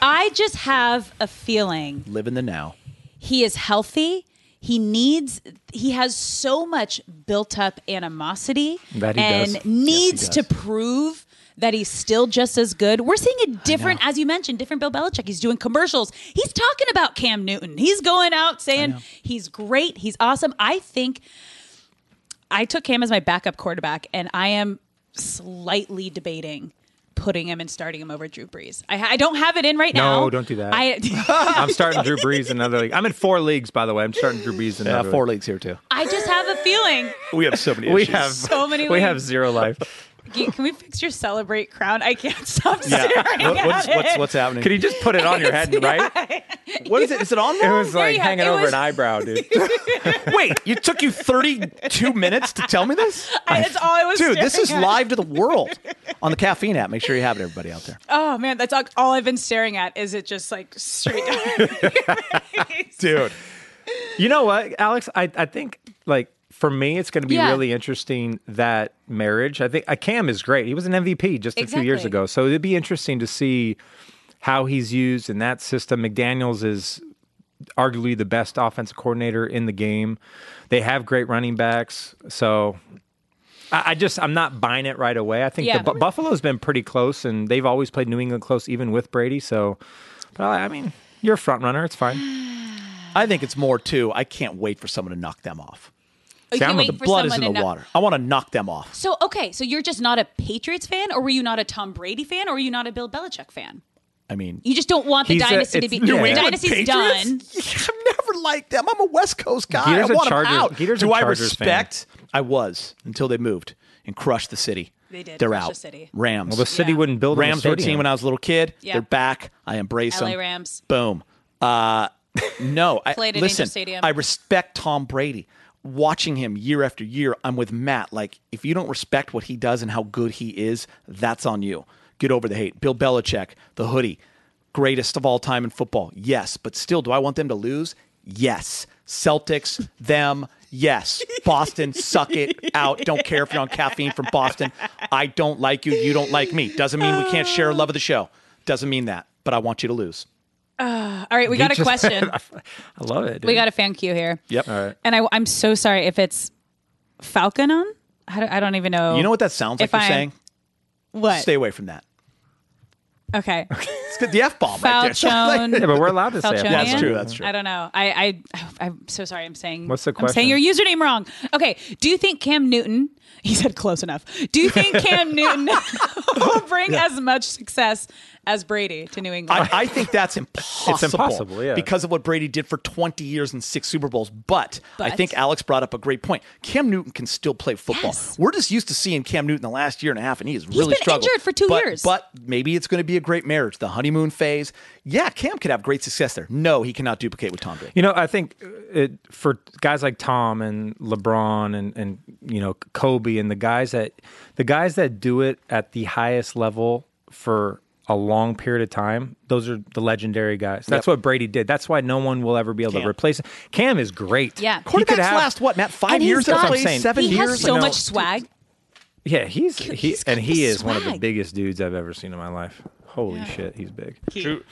I just have a feeling
Live in the now.
he is healthy. He needs. He has so much built-up animosity
That he
and
does.
needs
Yes, he
to
does.
prove that he's still just as good. We're seeing a different, as you mentioned, different Bill Belichick. He's doing commercials. He's talking about Cam Newton. He's going out saying he's great. He's awesome. I think I took Cam as my backup quarterback, and I am slightly debating putting him and starting him over Drew Brees. I, I don't have it in right now.
No, don't do that.
I
I'm starting Drew Brees in another league. I'm in four leagues, by the way. I'm starting Drew Brees in
Uh,
another.
four
league.
leagues here too.
I just have a feeling.
We have so many.
We
issues.
have
So many
We have
leagues.
zero life.
Can can we fix your celebrate crown? I can't stop
Yeah.
staring
What-
at
what's,
it.
what's what's happening?
Could you just put it on your head, right?
what is it? Is it on
It
there?
was
There
like
you have-
hanging
it
over
was-
an eyebrow, dude.
Wait, it took you 32 minutes to tell me this?
I- that's all I was
Dude, this
staring
is
at.
live to the world on the caffeine app. Make sure you have it, everybody out there.
Oh man, that's all, all I've been staring at. Is it just like straight down?
Dude.
You know what, Alex? I, I think like for me, it's going to be
Yeah.
really interesting that marriage. I think uh, Cam is great. He was an MVP just a few years
Exactly.
ago, so it'd be interesting to see how he's used in that system. McDaniel's is arguably the best offensive coordinator in the game. They have great running backs, so. I I just I'm not buying it right away. I think
Yeah.
the Bu- Buffalo's been pretty close, and they've always played New England close, even with Brady. So, but I I mean, you're a front runner. It's fine.
I think it's more too. I can't wait for someone to knock them off.
You
Sound of
wait
the
for
Blood is
someone
in
to
the
know-
water. I want to knock them off.
So okay, so you're just not a Patriots fan, or were you not a Tom Brady fan, or were you not a Bill Belichick fan?
I mean,
You just don't want the
He's a-
dynasty to
it's
be.
New
the
England
dynasty's done.
I've never liked them. I'm a West Coast guy.
Gator's
I
a
want 'em
Chargers-
out.
Gator's a
Do I
Chargers fan.
respect? I was until they moved and crushed the city.
They did
They're
crush
out.
the city.
Rams.
Well, the city
Yeah.
wouldn't build
Rams
a
were a team when I was a little kid.
Yeah.
They're back. I embrace
LA
them.
Rams.
Boom. Uh, no, I
Played at
listen.
Angel Stadium.
I respect Tom Brady. Watching him year after year, I'm with Matt. Like, if you don't respect what he does and how good he is, that's on you. Get over the hate. Bill Belichick, the hoodie, greatest of all time in football. Yes, but still, do I want them to lose? Yes. Celtics, them, yes. Boston, suck it out. Don't care if you're on caffeine from Boston. I don't like you. You don't like me. Doesn't mean we can't share love of the show. Doesn't mean that. But I want you to lose.
All right, we got a
just-
question.
I love it. Dude.
we got a fan cue here.
Yep.
All right.
And I, I'm so sorry if it's Falcon on. I don't, I don't even know.
You know what that sounds like
If
you're
I'm-
saying?
What?
Stay away from that.
okay.
good. The f bomb right there.
Falchone.
Yeah, but we're allowed to say it.
Falchonian?
Yeah, that's true, that's true.
I don't know. I, I I'm so sorry. I'm saying
What's the
I'm saying
question?
your username wrong. Okay. Do you think Cam Newton? He said close enough. Do you think Cam Newton will bring as much success as Brady to New England?
I, I think that's impossible.
impossible, yeah.
Because of what Brady did for 20 years and six Super Bowls. But, I
But-
think Alex brought up a great point. Cam Newton can still play football.
Yes.
We're just used to seeing Cam Newton the last year and a half, and he has really
been
struggled.
injured for two
But-
years.
But maybe it's going to be a great marriage, the honeymoon phase. Yeah, Cam could have great success there. No, he cannot duplicate with Tom Brady.
You know, I think it, for guys like Tom and LeBron and and you know Kobe and the guys that the guys that do it at the highest level for a long period of time, those are the legendary guys. That's
Yep.
what Brady did. That's why no one will ever be able
Cam.
to replace him. Cam is great.
Yeah.
He could
Quarterbacks
have-
last, what, Matt? Five
And he's
years?
got-
Play
I'm saying.
seven
he
years?
has so
you know,
much swag.
Yeah, he's, he
he's got
and he
the
is one of the
swag.
biggest dudes I've ever seen in my life. Holy shit, he's big.
Shoot.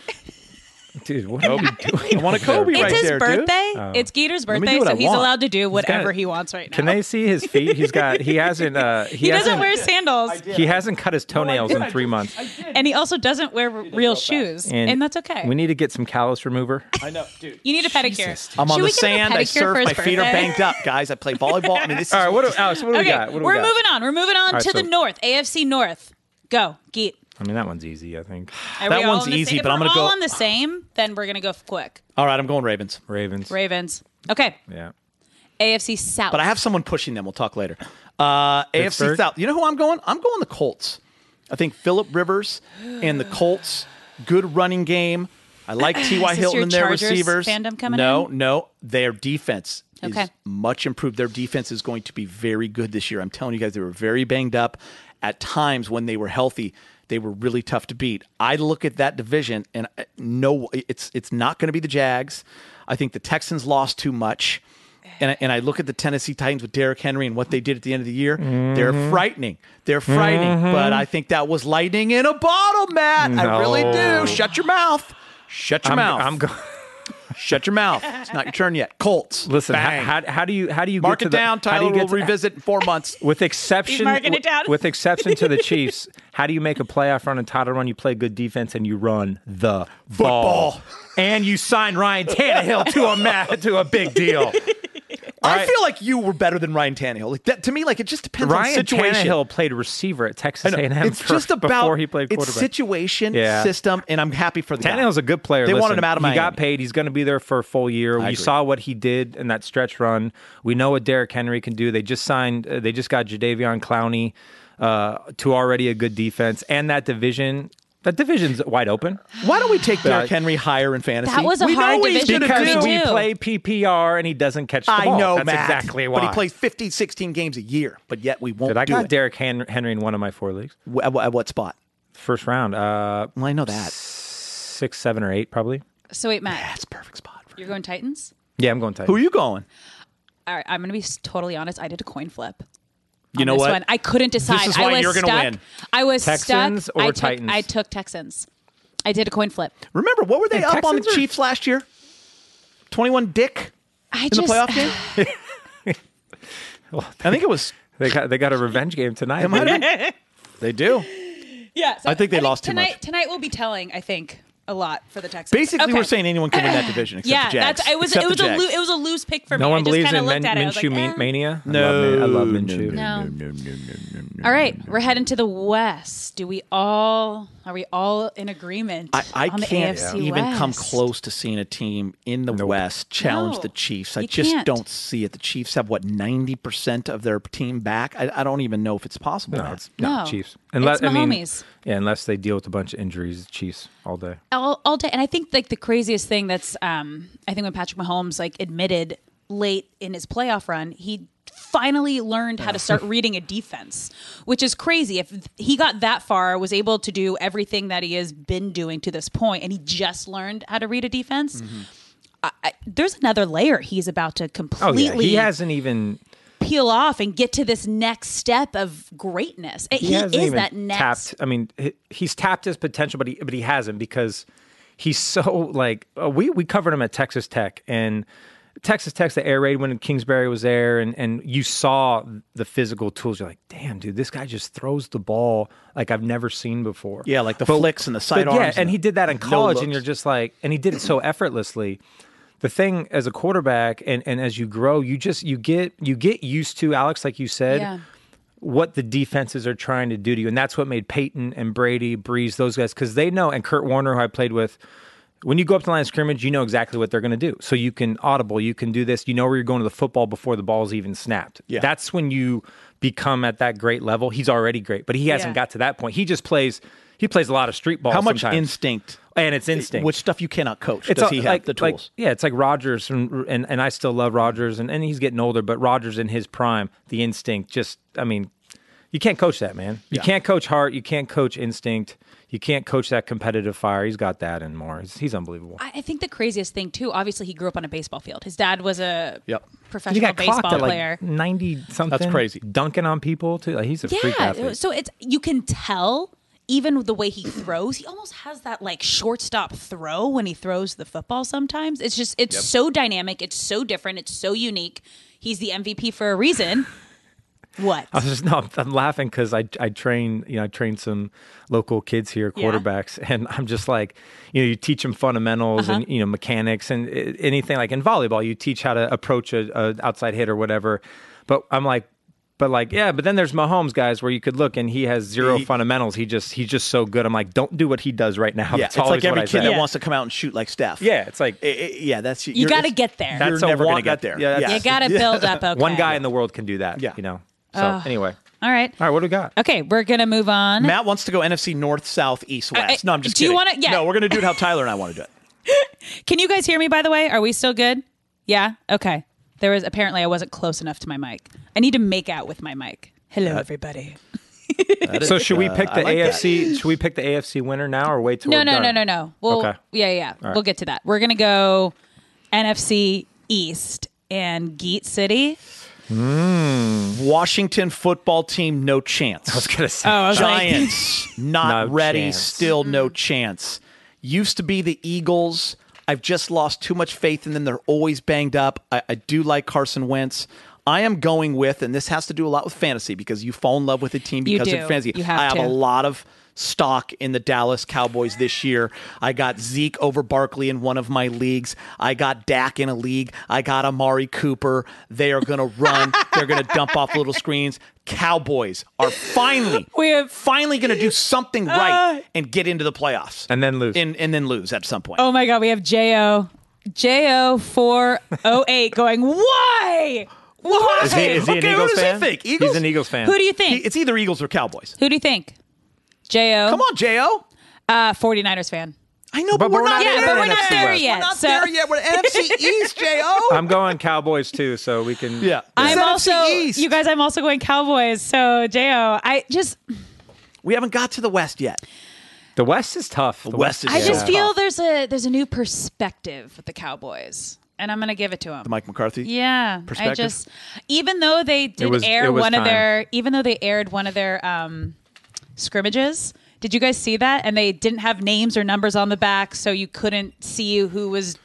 Dude, what are we doing?
I want a Kobe
It's
right
it's his
there, dude. Oh.
birthday. It's Gator's
me do
birthday,
what
so
I
he's
want.
allowed to do
got-
whatever he wants right now.
Can they see his feet? He's got he hasn't uh he,
he doesn't
hasn't-
wear sandals,
He hasn't cut his toenails in three months.
and he also doesn't wear real shoes, and, that's okay.
We need to get some callus remover.
I know, dude.
you need a pedicure.
I'm on
Should
the
we get him a
sand. I
pedicure for
surf. My
his
feet are
birthday?
banged up, guys. I play volleyball. I mean, this is
All right, what do, Alex? What do we
Okay,
got? What do
we're
we got?
moving on. We're moving on
right,
to the
so-
North, AFC North. Go, Geet.
I mean, that one's easy. I think
Are
That
we all
one's
on the
easy,
same-
but I'm
if we're
gonna
all
go-
on the same. Then we're gonna go f- quick.
All right, I'm going Ravens.
Ravens.
Ravens. Okay,
Yeah.
AFC South.
But I have someone pushing them. We'll talk later. Uh, AFC
Pittsburgh?
South. You know who I'm going? I'm going the Colts. I think Philip Rivers and the Colts. Good running game. I like T.Y.
Is this
Hilton
your
and their
Chargers
receivers.
fandom coming
no, no, their defense
Okay.
is much improved. Their defense is going to be very good this year. I'm telling you guys, they were very banged up. At times when they were healthy, they were really tough to beat. I look at that division and I- no, it's it's not going to be the Jags. I think the Texans lost too much. And I, and I look at the Tennessee Titans with Derrick Henry and what they did at the end of the year.
Mm-hmm.
They're frightening. They're frightening. But I think that was lightning in a bottle, Matt. I really do.
No.
Shut your mouth. Shut your
I'm,
mouth.
I'm going.
Shut your mouth. It's not your turn yet. Colts.
Listen,
Bang.
how, how, how do you how do you
Mark
get to
it
the,
down,
how do
Tyler.
you get
We'll
to-
revisit in four months.
With exception,
marking it
with-
down.
with exception to the Chiefs, how do you make a playoff run and title run? You play good defense and you run the
Football.
ball, and you sign Ryan Tannehill to a ma- to a big deal.
I
right.
feel like you were better than Ryan Tannehill. Like that, to me, like it just depends on
Ryan
situation.
Tannehill played receiver at
I
Texas
know.
A&M.
It's
for-
just about
before he played
it's
quarterback.
situation,
Yeah.
system, and I'm happy for the guy.
Tannehill's a good player.
They
Listen,
wanted him out of
He got
Miami.
paid. He's going to be there for a full year. we
agree.
saw what he did in that stretch run. We know what Derrick Henry can do. They just signed. Uh, they just got Jadavion Clowney uh, to already a good defense, and that division. That division's wide open
Why don't we take Derrick Henry higher in fantasy?
That was a
we
hard
know what he's
division
gonna
for me
do.
too.
because we play PPR and he doesn't catch the
I
ball.
know,
That's
Matt,
exactly why.
But he plays 15, 16 games a year, but yet we won't
Dude, I
do
got
it.
Derrick Hen- Henry in one of my four leagues.
W- at, what- at what spot?
First round, uh,
Well, I know that.
six, seven, or eight, probably.
so wait, Matt,
That's a perfect spot. For
you're going Titans.
Yeah, I'm going Titans.
Who are you going?
All right, I'm gonna be s- totally honest. I did a coin flip.
You
on
know
this
what?
One. I couldn't decide.
is
I
why
was
you're gonna
stuck.
win.
I was
Texans
stuck.
or
I took,
Titans?
I took Texans. I did a coin flip.
Remember, what were they
Yeah,
up on the
Texans are-
Chiefs last year? 21 dick
I
in
just
the playoff game? I think it was.
They got they got a revenge game tonight.
It might have been. They do.
yeah. so
I think they lost too
tonight,
much.
Tonight will be telling. I think a lot for the Texans.
Basically,
Okay.
we're saying anyone can win that division except
Yeah,
the Jags.
that's. It was.
Except
It was
the
a.
Jags.
Lo- it was a loose pick for
No
me.
one
I just
believes
kinda
in
looked
Min-
at it. I was
Minshew
like,
Ma-
eh.
mania.
No,
I love, Min- I
no,
love Minshew.
No. All right, we're heading to the West. Do we all? Are we all in agreement?
I, I
on the
can't
AFC
even come
West?
close to seeing a team in the West challenge
No,
the Chiefs. I
you
just
can't.
don't see it. The Chiefs have what ninety percent of their team back. I, I don't even know if it's possible.
No,
Matt.
it's no,
No.
Chiefs.
It's Mahomes.
yeah, unless they deal with a bunch of injuries, Chiefs all day.
all, all day. And I think like the craziest thing that's um, I think when Patrick Mahomes like admitted late in his playoff run, he finally learned how to start reading a defense, which is crazy. If he got that far, was able to do everything that he has been doing to this point, and he just learned how to read a defense.
Mm-hmm.
I, I, there's another layer he's about to
Oh
completely
yeah, he hasn't even
peel off and get to this next step of greatness. And
he,
He,
hasn't
is
even
that next.
tapped. I mean, he- he's tapped his potential, but he but he hasn't because he's so like uh, we we covered him at Texas Tech and. Texas Tech's the air raid when Kingsbury was there, and and you saw the physical tools. You're like, damn, dude, this guy just throws the ball like I've never seen before.
Yeah, like the
But-
flicks and the
but
sidearms.
Yeah, and
the-
he did that in
no
college,
looks.
and you're just like, and he did it so effortlessly. The thing as a quarterback, and and as you grow, you just you get you get used to Alex, like you said
Yeah.
what the defenses are trying to do to you. And that's what made Peyton and Brady, Breeze, those guys, because they know, and Kurt Warner, who I played with, when you go up to the line of scrimmage, you know exactly what they're going to do. So you can audible, you can do this, you know where you're going to the football before the ball's even snapped.
Yeah.
That's when you become at that great level. He's already great, but he hasn't
Yeah.
got to that point. He just plays, he plays a lot of street ball
How much
sometimes.
instinct?
and it's instinct
Oh, Which stuff you cannot coach? Does
all-
he have
like,
the tools?
like- yeah, it's like Rogers, and, and and I still love Rogers, and, and he's getting older, but Rogers in his prime, the instinct, just I mean, you can't coach that man. You
Yeah.
can't coach heart. You can't coach instinct. You can't coach that competitive fire. He's got that and more. He's, he's unbelievable.
I I think the craziest thing too. Obviously, he grew up on a baseball field. His dad was a
Yep.
he
professional
got
baseball
clocked at
player.
like ninety something.
crazy.
Dunking on people too. Like, he's a freak
yeah,
athlete.
so it's you can tell even the way he throws. He almost has that like shortstop throw when he throws the football. Sometimes it's just it's so dynamic. It's so different. It's so unique. He's the MVP for a reason. What?
I was just no, I'm, I'm laughing because I I train you know I train some local kids here
Yeah.
quarterbacks and I'm just like you know you teach them fundamentals
Uh-huh.
and you know mechanics and uh, anything like in volleyball you teach how to approach a, a outside hit or whatever, but I'm like. But like, yeah, but then there's Mahomes guys where you could look and he has zero
He-
fundamentals. He just he's just so good. I'm like, don't do what he does right now.
Yeah,
That's
it's like
always what
every
I
kid
say.
that
Yeah.
wants to come out and shoot like Steph.
Yeah, it's like
I- I- yeah, that's
you
you're-
got to
it's-
get there.
That's
You're
how
never
we're
gonna
gonna
get there.
Yeah, that's-
you got to build up. Okay.
one guy in the world can do that.
Yeah.
you know. So anyway,
All right.
all right, what do we got?
Okay, we're gonna move on.
Matt wants to go NFC North, South, East, West. no, I'm just
do you
kidding.
wanna- yeah.
No, we're gonna do it how Tyler and I want to do it.
Can you guys hear me by the way? Are we still good? Yeah? Okay. There was apparently I wasn't close enough to my mic. I need to make out with my mic. Hello everybody.
So should we pick
uh, I
the
like that.
AFC? Should we pick the AFC winner now, or wait till
No,
we're
no,
done?
no, no, no. We'll
Okay.
yeah, yeah. We'll get to that. We're gonna go NFC East and Geet City.
Washington football team, no chance.
I was gonna say.
Oh, I was like-
Giants not
No
ready,
chance.
still no chance. Used to be the Eagles. I've just lost too much faith in them. They're always banged up. I, I do like Carson Wentz. I am going with, and this has to do a lot with fantasy because you fall in love with a team
You
because
do.
of fantasy.
You have
I have
to.
a lot of stock in the Dallas Cowboys this year. I got Zeke over Barkley in one of my leagues. I got Dak in a league. I got Amari Cooper. They are going to run. They're going to dump off little screens. Cowboys are finally
We have- Uh,
finally going to do something right and get into the playoffs
And then lose.
and, and then lose at some point.
Oh my god, we have JO JO four oh eight going, Why? Why?
Is he, is he an
Okay, who
Eagles
does he
fan?
think? Eagles?
He's an Eagles fan.
Who do you think?
It's either Eagles or Cowboys.
Who do you think? JO
Come on, Jo.
uh 49ers fan.
I know, but,
But
we're,
we're
not,
not
Yeah,
in
there.
but
the
we're not
NFC
there
West.
yet.
We're not
so
there yet. We're NFC East, Jo.
I'm going Cowboys too, so we can.
yeah,
I'm
It's NFC
also
East.
you guys. I'm also going Cowboys. So Jo, I just
We haven't got to the West yet.
The West is tough. The,
West is
I
Yeah.
just
Yeah.
feel there's a there's a new perspective with the Cowboys, and I'm gonna give it to them.
Mike McCarthy.
yeah, I
perspective?
just even though they did
was-
air
it was
one of
time.
their even though they aired one of their um, scrimmages. Did you guys see that? And they didn't have names or numbers on the back, so you couldn't see who was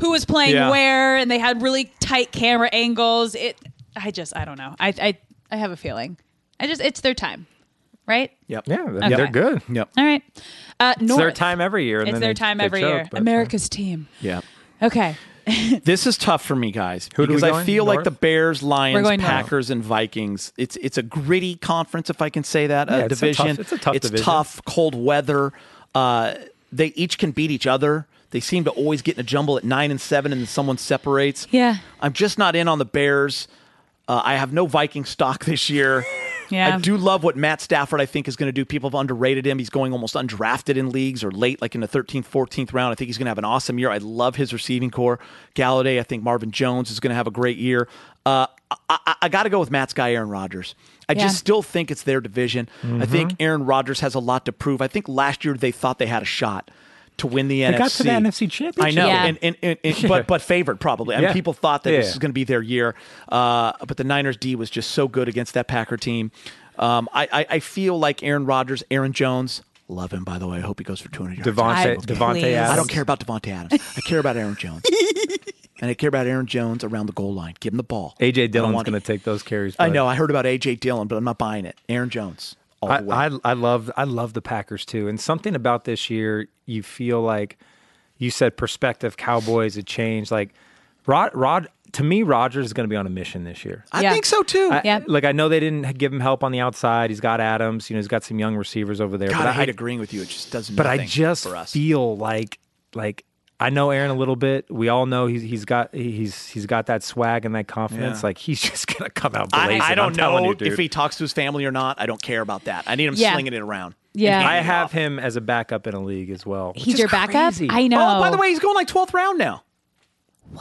who was playing
Yeah.
where, and they had really tight camera angles. It, I just, I don't know. I, I, I have a feeling. I just, it's their time, right?
Yep.
Yeah, they're- they're good.
Yep.
All right. Uh, North.
It's their time every year. and
It's
then
their
they-
time
they
every
choke,
year.
but- uh,
America's team.
Yeah.
Okay.
This is tough for me, guys,
Who do we
because
go
I
in?
feel like
North?
the Bears, Lions,
going north.
Packers, and Vikings. It's it's a gritty conference, if I can say that. uh,
Yeah, it's a
division.
tough- it's a tough
It's
division.
tough, cold weather. Uh, they each can beat each other. They seem to always get in a jumble at nine and seven, and then someone separates.
Yeah.
I'm just not in on the Bears. Uh, I have no Viking stock this year.
Yeah.
I do love what Matt Stafford, I think, is going to do. People have underrated him. He's going almost undrafted in leagues or late, like in the 13th, 14th round. I think he's going to have an awesome year. I love his receiving core. Galladay, I think Marvin Jones is going to have a great year. Uh, I, I, I got to go with Matt's guy, Aaron Rodgers. I
Yeah.
just still think it's their division. I
Mm-hmm.
think Aaron Rodgers has a lot to prove. I think last year they thought they had a shot to win the
They
NFC.
got to the NFC Championship.
I know,
Yeah.
and, and, and, and- but but favored probably. I mean,
Yeah.
people thought that this
Yeah.
was going to be their year, uh, but the Niners D was just so good against that Packer team. Um, I, I I feel like Aaron Rodgers, Aaron Jones, love him by the way. I hope he goes for 200 yards.
Devontae,
I-
Devontae
please.
Adams.
I don't care about Devontae Adams. I care about Aaron Jones. and I care about Aaron Jones around the goal line. Give him the ball. I
AJ
don't
Dillon's
want-
going to take those carries.
I
bud.
know. I heard about AJ Dillon, but I'm not buying it. Aaron Jones. All the way.
I, I I love I love the Packers too, and something about this year you feel like you said perspective Cowboys had changed. Like Rod Rod to me Rogers is going to be on a mission this year.
I
Yeah.
think so too.
I-
Yeah.
Like I know they didn't give him help on the outside. He's got Adams. You know he's got some young receivers over there.
God,
but
I hate agreeing with you. It just doesn't.
but I just
for us.
feel like like I know Aaron a little bit. We all know he's he's got he's he's got that swag and that confidence.
Yeah.
Like he's just gonna come out.
I,
Blazing,
I
I'm
don't
telling
know
you, dude.
if he talks to his family or not. I don't care about that. I need him
Yeah.
slinging it around.
Yeah.
And handing
I
it
have
off.
him as a backup in a league as well. which
He's
is
your backup.
crazy.
I know.
Oh, by the way, he's going like 12th round now.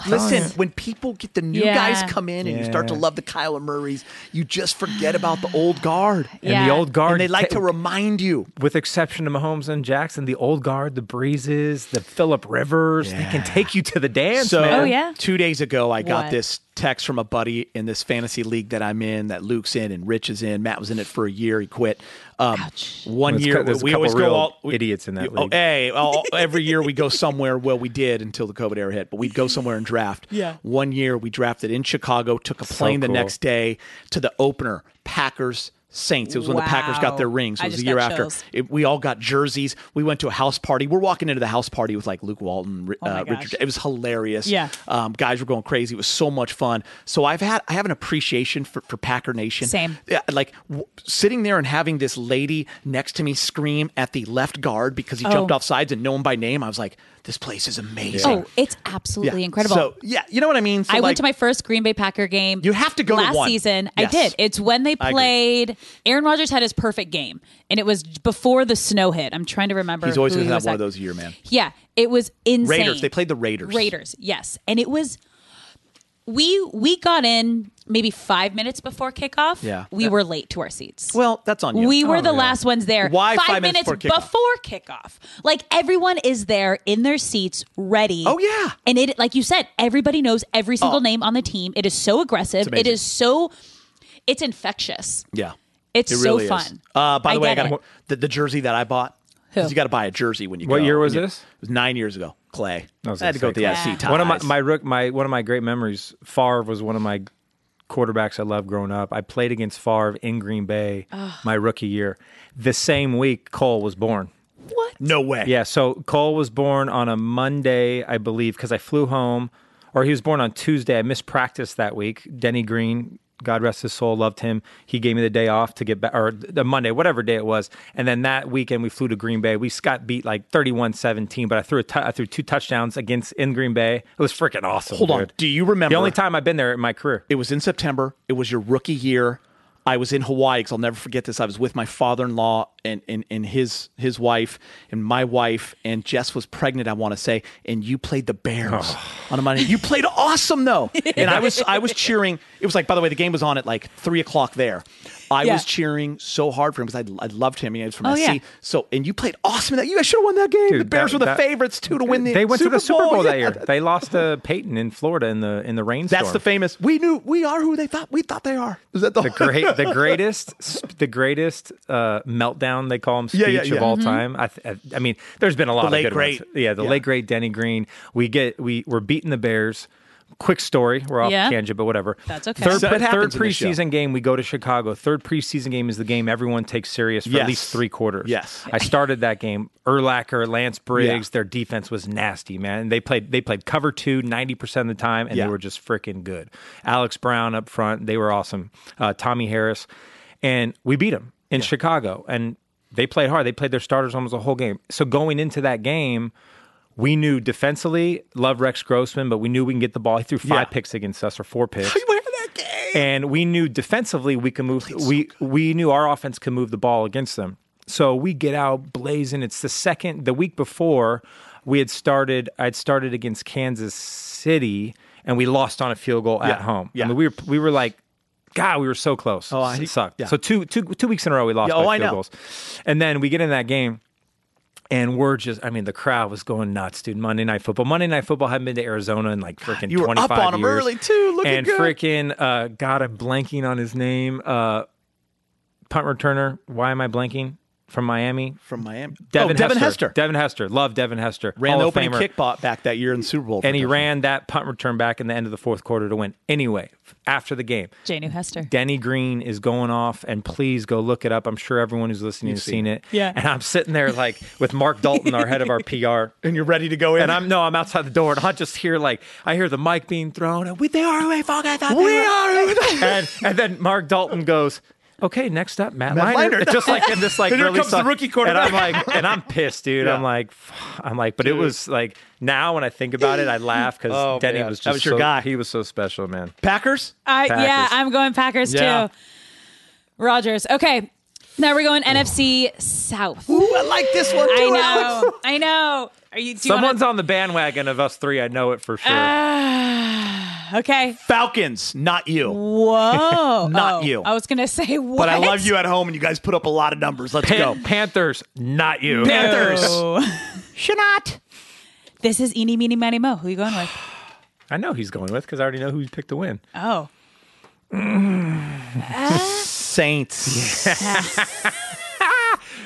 Listen, when people get the new
Yeah.
guys come in and you start to
Yeah.
love the Kyler Murrays, you just forget about the old guard.
And
Yeah.
the old guard,
And they like
ca-
to remind you.
with exception to Mahomes and Jackson, the old guard, the Breezes, the Philip Rivers, they
Yeah.
can take you to the dance,
So,
man.
Oh, yeah?
two days ago, I got
What?
this text from a buddy in this fantasy league that I'm in, that Luke's in, and Rich is in. Matt was in it for a year. He quit. Um, One
There's a
year,
cou- there's a
we
couple
always go
real
all we-
idiots in that
Oh,
league.
hey, all- every year we go somewhere. Well, we did until the COVID era hit, but we'd go somewhere and draft.
Yeah.
One year we drafted in Chicago, took a plane the
cool.
next day to the opener, Packers. Saints. It was when the Packers got
Wow.
their rings. It
I
was the
just
year
got
after.
chills.
It- we all got jerseys. We went to a house party. We're walking into the house party with like Luke Walton, Ri-
Oh my
uh,
gosh.
Richard. It was hilarious.
Yeah.
Um, guys were going crazy. It was so much fun. So I've had I have an appreciation for, for Packer Nation.
Same.
Yeah, like w- sitting there and having this lady next to me scream at the left guard because he jumped
Oh.
off sides and know him by name. I was like, this place is amazing.
Oh, it's
Yeah.
absolutely incredible.
So yeah, you know what I mean. So,
I
like,
went to my first Green Bay Packer game.
You have to go to
last
one.
season.
Yes.
I did. It's when they
I agree.
played. Aaron Rodgers had his perfect game, and it was before the snow hit. I'm trying to remember.
He's always
who
going
he
to have
was
one
at.
of those a year, man.
Yeah, it was insane.
Raiders. They played the Raiders.
Raiders, yes. And it was we we got in maybe five minutes before kickoff.
Yeah.
We were late to our seats.
Well, that's on you.
we were the last ones there.
Why
five,
five minutes
minutes,
before kickoff?
before kickoff? Like everyone is there in their seats, ready.
Oh, yeah. Oh.
And it, like you said, everybody knows every single name on the team. It is so aggressive.
amazing.
It is so, it's infectious.
Yeah.
It's
It
so
really is.
fun.
Uh, by the way, I
get it.
got a, the, the jersey that I bought.
Who?
'Cause You got to buy a jersey when you
What
go.
year was
And you-
this?
It was nine years ago. Clay. I,
was
had
gonna
to go
say
with the
Clay.
SC
Yeah.
ties.
One of my, my rook my one of my great memories. Favre was one of my quarterbacks I loved growing up. I played against Favre in Green Bay my rookie year. The same week Cole was born.
what?
no way.
Yeah, so Cole was born on a Monday, I believe, because I flew home, or he was born on Tuesday. I missed practice that week. Denny Green, God rest his soul, loved him. He gave me the day off to get back, or the Monday, whatever day it was. And then that weekend, we flew to Green Bay. We got beat like 31 17, but I threw, a tou- I threw two touchdowns against in Green Bay. It was freaking awesome.
Hold on.
dude.
Do you remember?
The only time I've been there in my career.
It was in September. It was your rookie year. I was in Hawaii because I'll never forget this. I was with my father-in-law and, and, and his his wife and my wife and Jess was pregnant. I want to say, and you played the Bears
Oh.
on a Monday. You played awesome though, and I was I was cheering. It was like by the way, the game was on at like three o'clock there. I
Yeah.
was cheering so hard for him because I, I loved him. He was from
Oh,
SC.
yeah.
So and you played awesome. in That you guys should have won that game. the
Dude,
Bears
that-
were the
that-
favorites too to win the.
They went
Super
to the Super Bowl that
Yeah,
year. They lost to Peyton in Florida in the in the rainstorm.
That's the famous. We knew we are who they thought we thought they are. Is that the,
the great, the greatest, sp- the greatest uh, meltdown they call him speech
Yeah, yeah, yeah.
of
Mm-hmm.
all time. I, th- I mean, there's been a lot
The
of
late
good ones.
great.
Yeah, the
Yeah.
late great Denny Green. We get we we're beating the Bears. Quick story. We're off
Yeah.
tangent, but whatever.
That's okay.
Third,
So
pre-
it happens
third
in this show.
preseason game, we go to Chicago. Third preseason game is the game everyone takes serious for
Yes.
at least three quarters.
Yes.
I started that game. Erlacher, Lance Briggs, their defense was nasty, man. They played they played cover two 90% of the time, and
Yeah.
they were just freaking good. Alex Brown up front, they were awesome. Uh, Tommy Harris. And we beat them in Chicago. And they played hard. They played their starters almost the whole game. So going into that game, we knew defensively, love Rex Grossman, but we knew we can get the ball. He threw five
Yeah.
picks against us or four picks
You were that game.
and we knew defensively we can move we we knew our offense could move the ball against them so we get out blazing it's the second the week before we had started i'd started against kansas city and we lost on a field goal at
Yeah,
home
yeah.
I mean, we were we were like God, we were so close. Oh,
I-
it sucked.
yeah.
So two, two, two weeks in a row, we lost
Yeah,
by
oh, I
field
know.
goals, and then we get in that game, and we're just—I mean, the crowd was going nuts, dude. Monday Night Football. Monday Night Football hadn't been to Arizona in like freaking
You were up
25
on 'em
years.
early, too, looking
and
good.
freaking uh, God, I'm blanking on his name. Uh, punt returner. Why am I blanking? from Miami.
from Miami.
Devin,
oh, Devin
Hester.
Hester.
Devin Hester. Love Devin Hester.
ran
Hall
the
of
opening
Famer.
kick bot back that year in the Super Bowl. for
And he
touchdown.
ran that punt return back in the end of the fourth quarter to win. Anyway, f- after the game,
Jay New Hester.
Denny Green is going off, and please go look it up. I'm sure everyone who's listening has seen it.
Yeah.
And I'm sitting there like with Mark Dalton, our head of our PR.
and you're ready to go in.
And I'm no, I'm outside the door, and I just hear like I hear the mic being thrown, and we they are away, fuck, I thought they
We
were-"
are away.
and and then Mark Dalton goes. Okay, next up, Matt,
Matt
Leinart.
Leinart.
Just like in this, like
And here
really
comes the
suck-
rookie quarterback.
And I'm like, and I'm pissed, dude.
Yeah.
I'm like, f- I'm like, but it was like now when I think about it, I laugh because
Oh,
Denny
man.
was just
That was your
so-
guy.
He was so special, man.
Packers.
I, Uh, yeah,
Packers.
I'm going Packers
Yeah.
too. Rogers. Okay. Now we're going NFC South.
Ooh, I like this one.
I
too, Alex.
know. I know. Are you? Do you wanna- Uh,
Someone's on the bandwagon of us three. I know it for sure.
Ah, okay.
Falcons, not you.
Whoa.
Not
Oh,
you.
I was gonna say what?
But I love you at home, and you guys put up a lot of numbers. Let's
Pan-
go.
Panthers, not you.
Panthers.
Shanat. This is Eeny Meeny Miny Mo. Who you going with?
I know he's going with because I already know who he picked to win.
Oh.
Saints.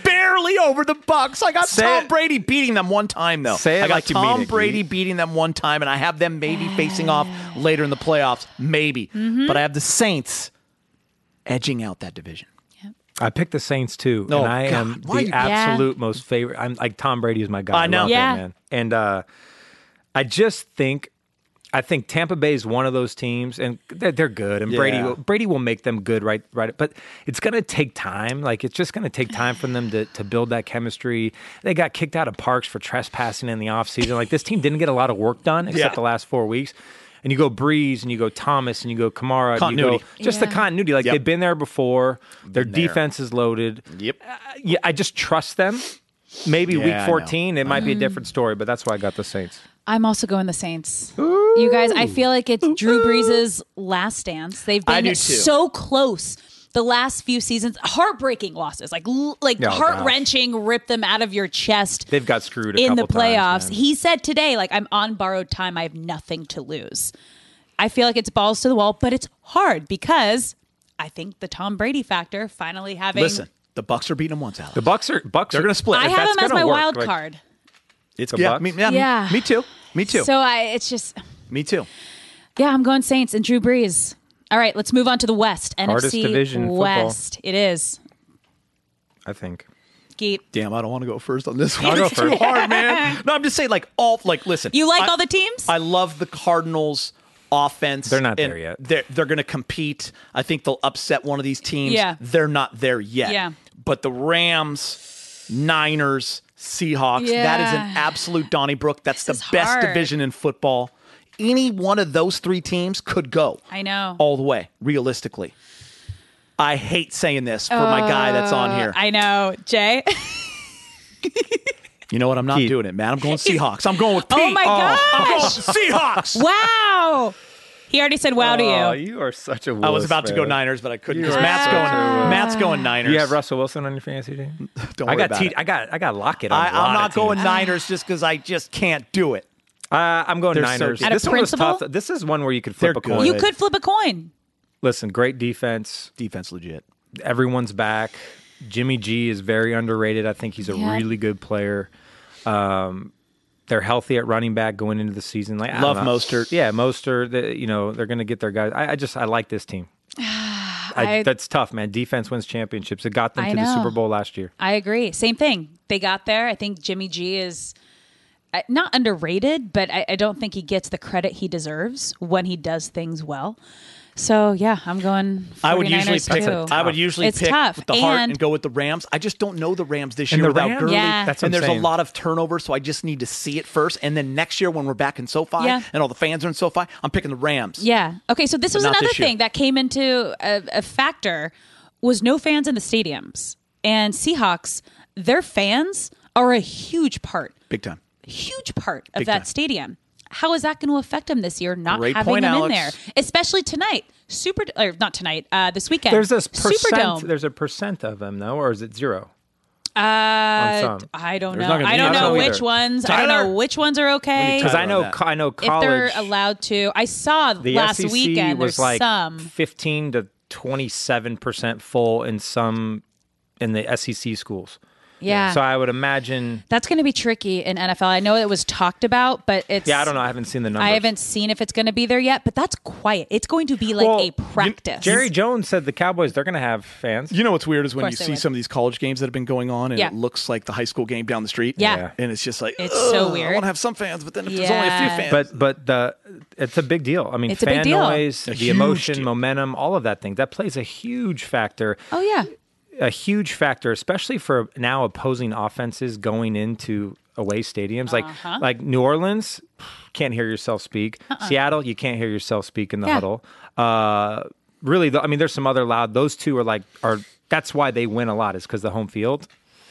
Barely over the Bucks. I got
Say
Tom
it-
Brady beating them one time though.
Say it
I got
like you
Tom
mean it,
Brady
Geek.
beating them one time, and I have them maybe facing off later in the playoffs, maybe.
Mm-hmm.
But I have the Saints edging out that division.
I picked the Saints too,
Oh,
and I am
God. Why
the
you-
Yeah.
absolute most favorite. I'm like Tom Brady is my guy.
I know.
love
Yeah.
him, man. And uh, I just think, I think Tampa Bay is one of those teams, and they're, they're good. And Brady,
Yeah.
will, Brady will make them good, right? Right. But it's gonna take time. Like it's just gonna take time for them to to build that chemistry. They got kicked out of parks for trespassing in the offseason. Like this team didn't get a lot of work done except
Yeah.
the last four weeks. And you go Breeze, and you go Thomas, and you go Kamara, and you
Continuity.
go just the
Yeah.
continuity. Like
Yep.
they've been there before. Their
there.
defense is loaded Uh,
Yep.
Uh,
yeah, I just trust them. Maybe
Yeah, I
week
know.
14, it might
Mm.
be a different story, but that's why I got the Saints.
I'm also going the Saints. You guys, I feel like it's Drew Brees' last dance. They've
I do
been
too.
so close the last few seasons. Heartbreaking losses, like l-
Oh,
like
gosh.
heart wrenching, rip them out of your chest.
They've got screwed a
in the
couple
playoffs.
times, man.
he said today, like, I'm on borrowed time. I have nothing to lose. I feel like it's balls to the wall, but it's hard because I think the Tom Brady factor finally having.
Listen, the Bucks are beating them once, Alex.
the Bucks are Bucks.
They're
are-
gonna split.
I
if
have
that's
him as my
gonna work,
wild
like,
card.
It's
the
yeah,
Bucks?
Me, yeah, me-
Yeah.
Me too. Me too.
So I, it's just,
me too.
yeah, I'm going Saints and Drew Brees. All right, let's move on to the West.
Hardest
NFC
division in football.
West. It is.
I think.
Geet.
Damn, I don't want to go first on this one.
go
it's too
first.
hard, man. No, I'm just saying, like all, like listen.
You like
I-
all the teams?
I love the Cardinals offense.
They're not
and
there yet.
They're they're going to compete. I think they'll upset one of these teams.
Yeah.
they're not there yet.
Yeah.
but the Rams, Niners, Seahawks. That is
Yeah.
an absolute Donnybrook. That's
This
the
is
best
hard.
division in football. Any one of those three teams could go
I know.
all the way. Realistically, I hate saying this for my guy that's on here.
Uh, I know. Jay.
You know what? I'm not
Keith.
doing it, man. I'm going Seahawks. I'm going with Pete.
oh my
I'm going
gosh.
Seahawks.
wow. He already said wow to you.
Oh, you are such a.
I was about to go
nine.
Niners, but I couldn't
You
because
are
Matt's
such
going.
a-
Matt's going Niners.
You have Russell Wilson on your fantasy team.
Don't
I
worry
got.
about
T-
it.
I got. I got Lockett. On
I,
a lot
I'm
of
not going
teams.
Niners just because I just can't do it.
Uh, I'm going
They're so
Niners.
good.
Out of
this one was tough.
principle?
This is one where you could flip
They're
a coin.
you
good.
could flip a coin.
Listen, great defense.
Defense legit.
everyone's back. Jimmy G is very underrated. I think he's a
Yeah.
really good player. Um, they're healthy at running back going into the season. Like I
Love
don't know.
Mostert.
yeah, Mostert. The, you know they're going to get their guys. I, I just I like this team. I,
I-
that's tough, man. Defense wins championships. It got them
I
to the
know.
Super Bowl last year.
I agree. Same thing. They got there. I think Jimmy G is uh, not underrated, but I, I don't think he gets the credit he deserves when he does things well. So yeah, I'm going. 49ers
I would usually pick.
Too.
I would usually
It's
pick
tough.
with the heart
And-
and go with the Rams. I just don't know the Rams this
And
year
the
without
Rams?
Gurley.
Yeah. That's
what
and
I'm
there's
saying.
a lot of turnover, so I just need to see it first. And then next year when we're back in SoFi
Yeah.
and all the fans are in SoFi, I'm picking the Rams.
Yeah. Okay. So this was
not
another
this year.
thing that came into a, a factor was no fans in the stadiums and Seahawks. Their fans are a huge part,
Big time.
huge part of
Big
that
time.
stadium. How is that going to affect them this year? Not
Great
having
point,
them in
Alex.
there, especially tonight. Super or not tonight? Uh, this weekend.
There's this percent.
Superdome.
There's a percent of them though, or is it zero?
Uh,
on some.
I don't
There's
know.
not gonna
I
be
don't
any
know
on some
which
either.
ones. I don't know
Tyler?
which ones are okay.
Because
Tyler
I know.
on that.
co- I know
If they're
college.
allowed to, I saw
the
last
SEC
weekend.
was
there's
like
some.
15 to 27 percent full in some in the SEC E schools.
Yeah.
So I would imagine.
That's going to be tricky in NFL. I know it was talked about, but it's.
Yeah, I don't know. I haven't seen the numbers.
I haven't seen if it's going to be there yet, but that's quiet. It's going to be like
Well,
a practice.
Jerry Jones said the Cowboys they're going to have fans.
You know what's weird is when
course
you
they
see
would.
some of these college games that have been going on, and
Yeah.
it looks like the high school game down the street.
Yeah.
Yeah.
and it's just like
It's so
"Ugh, I
weird.
want to have some fans, but then if there's only a few
Yeah.
fans,
But but the it's a big deal. I mean,
It's a big
fan
deal.
noise,
A
the
huge
emotion,
deal.
momentum, all of that thing that plays a huge factor.
Oh, yeah.
a huge factor, especially for now opposing offenses going into away stadiums like
Uh-huh.
like New Orleans can't hear yourself speak. Seattle, you can't hear yourself speak in the
Uh-uh. Yeah.
huddle. Uh, really, though, I mean, there's some other loud. Those two are like are that's why they win a lot is because the home field.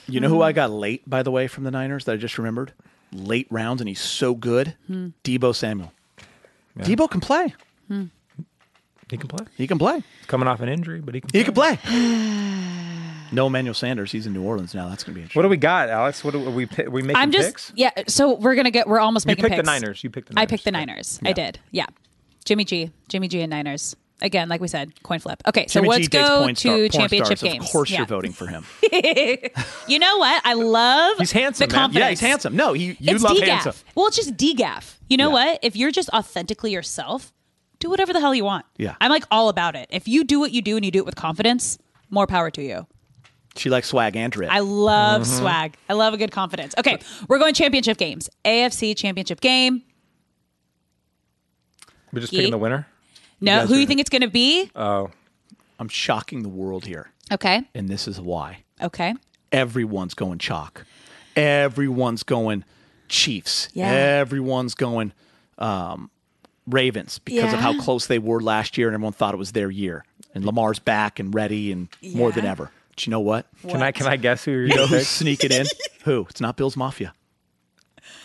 you know who
Hmm.
I got late by the way from the Niners that I just remembered, late rounds, and he's so good,
Hmm.
Debo Samuel. Debo can play.
He can play.
He can play.
He's coming off an injury, but he can.
He can play. no Emmanuel Sanders. He's in New Orleans now. That's gonna be interesting.
What do we got, Alex? What do we pi- we making
I'm just.
picks?
Yeah. So we're going to get. We're almost
You
making
picked the
picks.
Niners. You picked the. Niners.
I picked the
Yeah.
Niners. I did. Yeah. Jimmy G. Jimmy G and Niners. Again, like we said, coin flip. Okay, so
Jimmy
let's
G dates
go
porn
to
star- porn
championship
stars.
games.
Of course,
Yeah.
you're voting for him.
You know what? I love
He's handsome,
the
man.
confidence.
yeah, he's handsome. No, he, you
it's
love
degaff.
handsome.
Well, it's just degaff. You know
Yeah.
what? If you're just authentically yourself, do whatever the hell you want.
Yeah.
I'm like all about it. If you do what you do and you do it with confidence, more power to you.
She likes swag and drip.
I love
Mm-hmm.
swag. I love a good confidence. Okay, we're going championship games. AFC championship game.
We're just
Geek.
picking the winner.
No, who
guys
do you
are- Uh,
think it's going to be?
I'm shocking the world here,
okay.
and this is why.
Okay.
everyone's going chalk. Everyone's going Chiefs.
Yeah.
Everyone's going um, Ravens because of
Yeah.
how close they were last year, and everyone thought it was their year. And Lamar's back and ready and more than
Yeah.
ever. But you know what?
Can I can I guess who you're
You know
going to
who's
pick?
sneaking in? Who? It's not Bill's Mafia.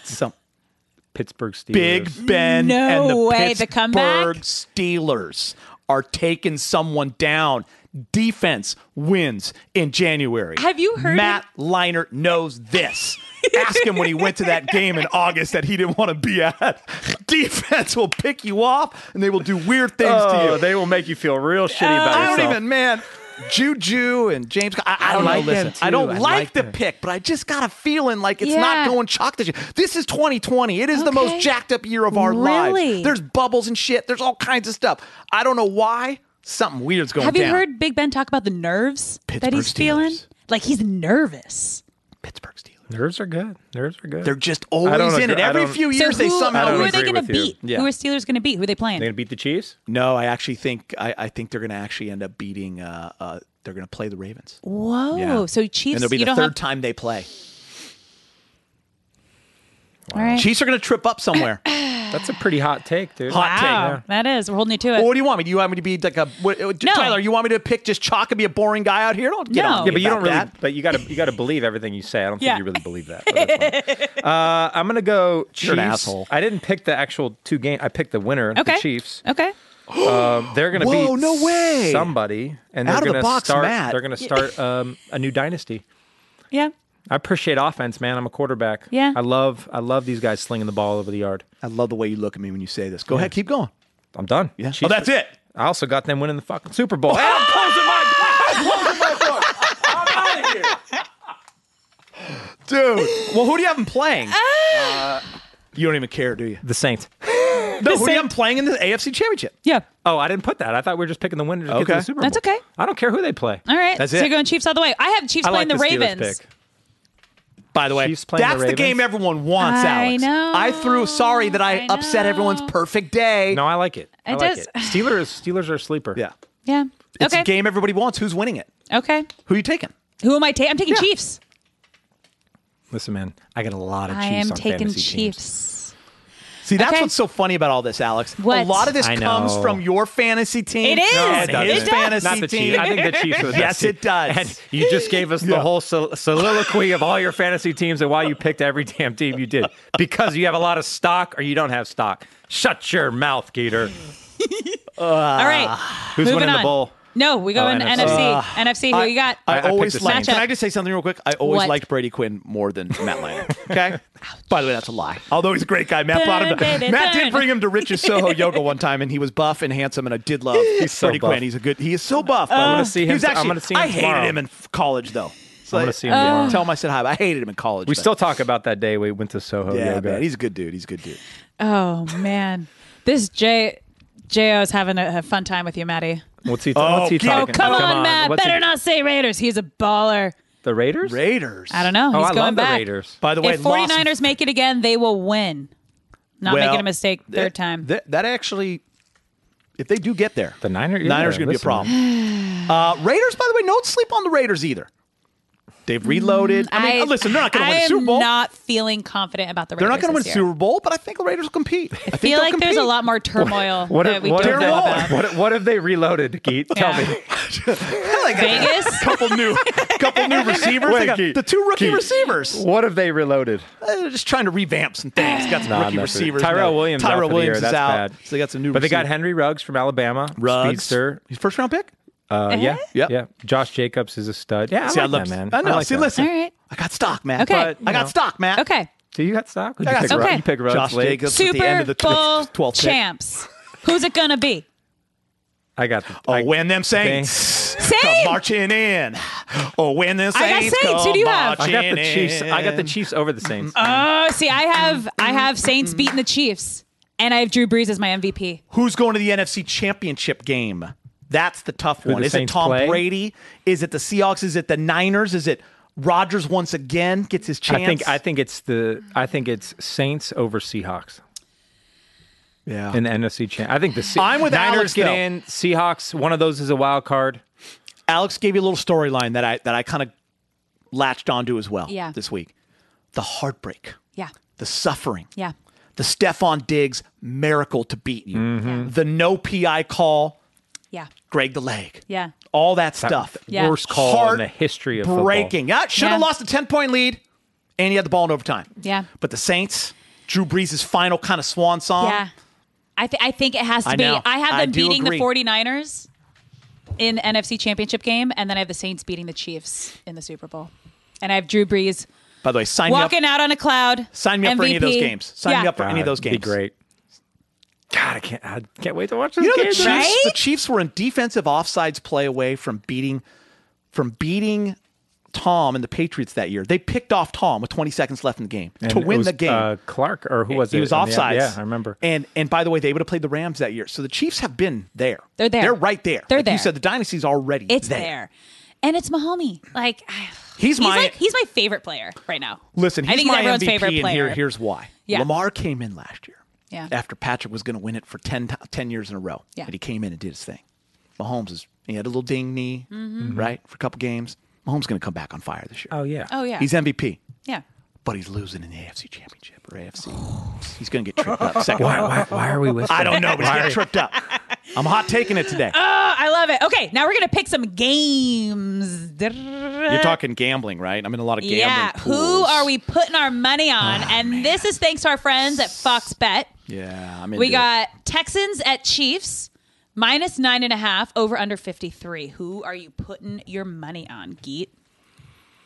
Some
Pittsburgh Steelers.
Big Ben
No
and the
way, the
Pittsburgh
comeback?
Steelers are taking someone down. Defense wins in January.
Have you heard
Matt Leinart knows this. Ask him when he went to that game in August that he didn't want to be at. Defense will pick you off and they will do weird things to
Oh,
you. Uh,
they will make you feel real shitty about
I
yourself.
don't even, man. Juju and James. I, I don't
like
know. Listen,
them
I don't
too. I
like,
like
the
them.
pick, but I just got a feeling like it's
Yeah.
not going chalk this year. This is 2020. It is the
Okay.
most jacked up year of our
Really?
lives. There's bubbles and shit. There's all kinds of stuff. I don't know why. Something weird's going
Have
down.
you heard Big Ben talk about the nerves that
Pittsburgh
he's feeling?
Steelers.
Like he's nervous.
Pittsburgh Steelers.
Nerves are good. Nerves are good.
They're just always
don't
in it.
agree- I
Every
don't-
few years,
so who,
they somehow.
I
who
don't
are they
agree
going
with
to
you.
beat?
Yeah.
Who are Steelers going to beat? Who are they playing?
They're gonna beat the Chiefs.
No, I actually think I, I think they're going to actually end up beating. Uh, uh, they're going to play the Ravens.
Whoa!
Yeah.
So Chiefs,
and it'll be
you
the
don't
third
have.
time they play.
all right.
Chiefs are going to trip up somewhere.
That's a pretty hot take, dude.
Hot take.
wow, that is. We're holding you to it.
Well, what do you want me? Do you want me to be like a what, uh,
No.
Tyler? You want me to pick just chalk and be a boring guy out here? Don't get
No.
on.
Yeah, but you don't really.
That.
But you gotta you gotta believe everything you say. I don't
Yeah.
think you really believe that. but that's fine. uh, I'm gonna go Chiefs.
You're an asshole.
I didn't pick the actual two game. I picked the winner,
okay.
the Chiefs.
Okay.
Um, they're gonna
Oh. Whoa,
beat
no way.
somebody, and they're
Out of the
gonna
box,
start.
Matt.
They're gonna start um, a new dynasty.
Yeah.
I appreciate offense, man. I'm a quarterback.
Yeah.
I love I love these guys slinging the ball over the yard.
I love the way you look at me when you say this. Go ahead, keep going.
I'm done.
Yeah.
Chiefs-
Oh, it.
I also got them winning the fucking Super Bowl.
dude. Well, who do you have him playing?
Uh,
you don't even care, do you?
the Saints.
No, who do you have him playing in the AFC Championship?
Yeah.
Oh, I didn't put that. I thought we were just picking the winner to get to
Okay.
the Super Bowl.
That's okay.
I don't care who they play.
All right.
That's
so
it.
you're going Chiefs all the way. I have Chiefs
I
playing
like
the,
the Steelers
Ravens.
pick.
By the way,
Chiefs playing the
that's the,
Ravens?
game everyone wants.
I
Alex,
know.
I threw. Sorry that I,
I
upset
know.
everyone's perfect day.
No, I like it. I
It
like
does-
it. Steelers. Steelers are a sleeper.
yeah,
Yeah.
it's
okay.
a game everybody wants. Who's winning it?
Okay.
Who you taking?
Who am I taking? I'm taking Chiefs.
Listen, man, I got a lot of Chiefs
I am
on
taking
fantasy teams.
Chiefs.
See, that's
Okay.
what's so funny about all this, Alex.
What?
A lot of this
I
comes
know.
from your fantasy team.
It is. No,
and
it
his
doesn't.
fantasy
Not the
team.
Chiefs. I think the Chiefs are the best
Yes,
team.
it does.
And you just gave us the
Yeah.
whole sol- soliloquy of all your fantasy teams and why you picked every damn team you did because you have a lot of stock or you don't have stock. Shut your mouth, Gator.
all right.
Ah.
Who's
Moving
winning
on.
the bowl?
No, we go
Oh,
in
NFC.
NFC. NFC. Who you got?
I
I,
picked
always
the
liked.
Saints.
Can I just say something real quick? I always
What?
liked Brady Quinn more than Matt Leinart. Okay. By the way, that's a lie. Although he's a great guy, Matt brought him.
Dun, dun,
To, Matt
dun.
did bring him to Rich's Soho Yoga one time, and he was buff and handsome, and I did love he's
so
Brady
buff.
Quinn. He's a good. He is so buff.
Oh.
I wanna see
He
him
was
t- I'm
actually-
gonna see him
I hated
tomorrow.
him in f- college though. So
I'm
I-
gonna see him tomorrow.
Tell him I said hi. But I hated him in college.
We
but-
still talk about that day we went to Soho
yeah,
Yoga.
man. He's a good dude. He's a good dude.
Oh man, this J. Jo is having a, a fun time with you, Maddie.
what's he,
Oh,
what's he
get-
Oh
talking
come, on, Matt!
What's he-
Better not say Raiders. He's a baller.
The Raiders?
Raiders.
I don't know.
Oh,
He's
I
going
love
back.
the Raiders.
By the way,
if 49ers
lost-
make it again, they will win. Not
Well,
making a mistake third
that-
time.
That, that actually, if they do get there,
The Niners? Yeah,
Niners going to be a
listen,
problem. Uh, Raiders, by the way, don't sleep on the Raiders either. They've reloaded. I mean, listen, they're not going
I
to win the
am
Super Bowl.
not feeling confident about the Raiders.
they're not going to win
this year.
Super Bowl, but I think the Raiders will compete. I,
I feel like there's a lot more turmoil
What
that
if,
we
what,
don't
if
Darren
know
Waller.
about.
they, what, if- what if they reloaded, Geet? Tell
Yeah.
me.
Vegas?
couple new, couple new receivers. They
Wait,
got
Keith,
the two rookie
Keith.
receivers.
What if they reloaded?
Uh, They're just trying to revamp some things. Got some
Nah,
rookie
nothing.
receivers.
Tyrell
now.
Williams out for
Tyrell
the
Williams
year.
is
That's
out.
bad.
So they got some new.
But they got
receiver-
Henry Ruggs from Alabama,
Ruggs.
speedster.
He's first round pick.
Uh-huh.
Uh, yeah,
Yep.
yeah. Josh Jacobs is a stud. Yeah, I
See,
like
I love
that man.
I know.
like
See,
that.
listen,
All right.
I got stock, man.
Okay.
But
But,
I
you know.
got stock, man.
Okay.
Do you got stock? Would
I
you
got
pick
stock.
Ruggs?
Okay.
You pick Ruggs
Josh
late?
Jacobs at the end
Super
of the
Bowl
12th pick.
champs. Who's it going to be?
I got. The,
Oh,
I-
when them Saints come
Saints!
marching in. Oh, when them
I got
Saints,
Saints.
come
Who do you have?
I got the
marching
Chiefs. I got the
in.
Chiefs over the
Uh,
Saints.
Oh, see, I have I have
Mm-hmm.
Saints beating the Chiefs, and I have Drew Brees as my MVP.
Who's going to the NFC Championship game? That's the tough
the
one. Is
Saints
it Tom
play?
Brady? Is it the Seahawks? Is it the Niners? Is it Rodgers once again gets his chance?
I think. I think it's the. I think it's Saints over Seahawks
yeah.
in the NFC champ. I think the. Se-
I'm with
Niners
Alex,
get
though.
in. Seahawks. One of those is a wild card.
Alex gave you a little storyline that I that I kind of latched onto as well
Yeah.
this week. The heartbreak,
Yeah,
the suffering,
yeah.
the Stefan Diggs miracle to beat you,
Mm-hmm.
the no PI call,
Yeah.
Greg the leg.
Yeah.
All that stuff.
Yeah.
Worst call in the history of football.
breaking. Yeah, should have
Yeah.
lost a 10 point lead, and he had the ball in overtime.
Yeah.
But the Saints, Drew Brees' final kind of swan song.
Yeah. I, th- I think it has to
Um, I
be.
know.
I have
I
them
do
beating
agree.
the 49ers in NFC Championship game, and then I have the Saints beating the Chiefs in the Super Bowl. And I have Drew Brees
By the way, sign
walking
me up.
out on a cloud.
Sign me up for any of those
MVP.
games. Sign me
Yeah.
up for any of
God,
those
be
games.
great. God, I can't. I can't wait to watch this
You know
game.
the Chiefs,
Right?
the Chiefs were in defensive offsides play away from beating from beating Tom and the Patriots that year. They picked off Tom with 20 seconds left in the game
And
to
it
win
was,
the game.
uh, Clark or who was it?
he was
I mean,
offsides.
Yeah, I remember.
And and by the way, they would have played the Rams that year. So the Chiefs have been there.
They're there.
They're right there.
They're
Like You
there.
said the dynasty's already
It's there. And it's Mahomey. Like, I-
He's my-
like, he's my favorite player right now.
Listen, he's
I think he's
my
everyone's
MVP,
favorite
and
player.
here, here's why.
Yeah.
Lamar came in last year.
Yeah.
After Patrick was going to win it for 10, t- 10 years in a row.
Yeah.
And he came in and did his thing. Mahomes is he had a little ding knee, right? For a couple games. Mahomes going to come back on fire this year.
Oh yeah.
Mm-hmm. Oh, yeah.
He's MVP,
yeah.
but he's losing in the AFC Championship or AFC. he's going to get tripped up second.
Why,
round.
why, why are we whispering?
I don't know, but he's getting tripped up. I'm hot taking it today.
Oh, I love it. Okay, now we're going to pick some games.
You're talking gambling, right? I'm in a lot of gambling.
yeah, who
pools. Oh,
are we putting our money on? and this is thanks to our friends at Fox Bet.
Yeah, I'm in.
We got Texans at Chiefs, minus nine and a half, over under 53. Who are you putting your money on, Geet?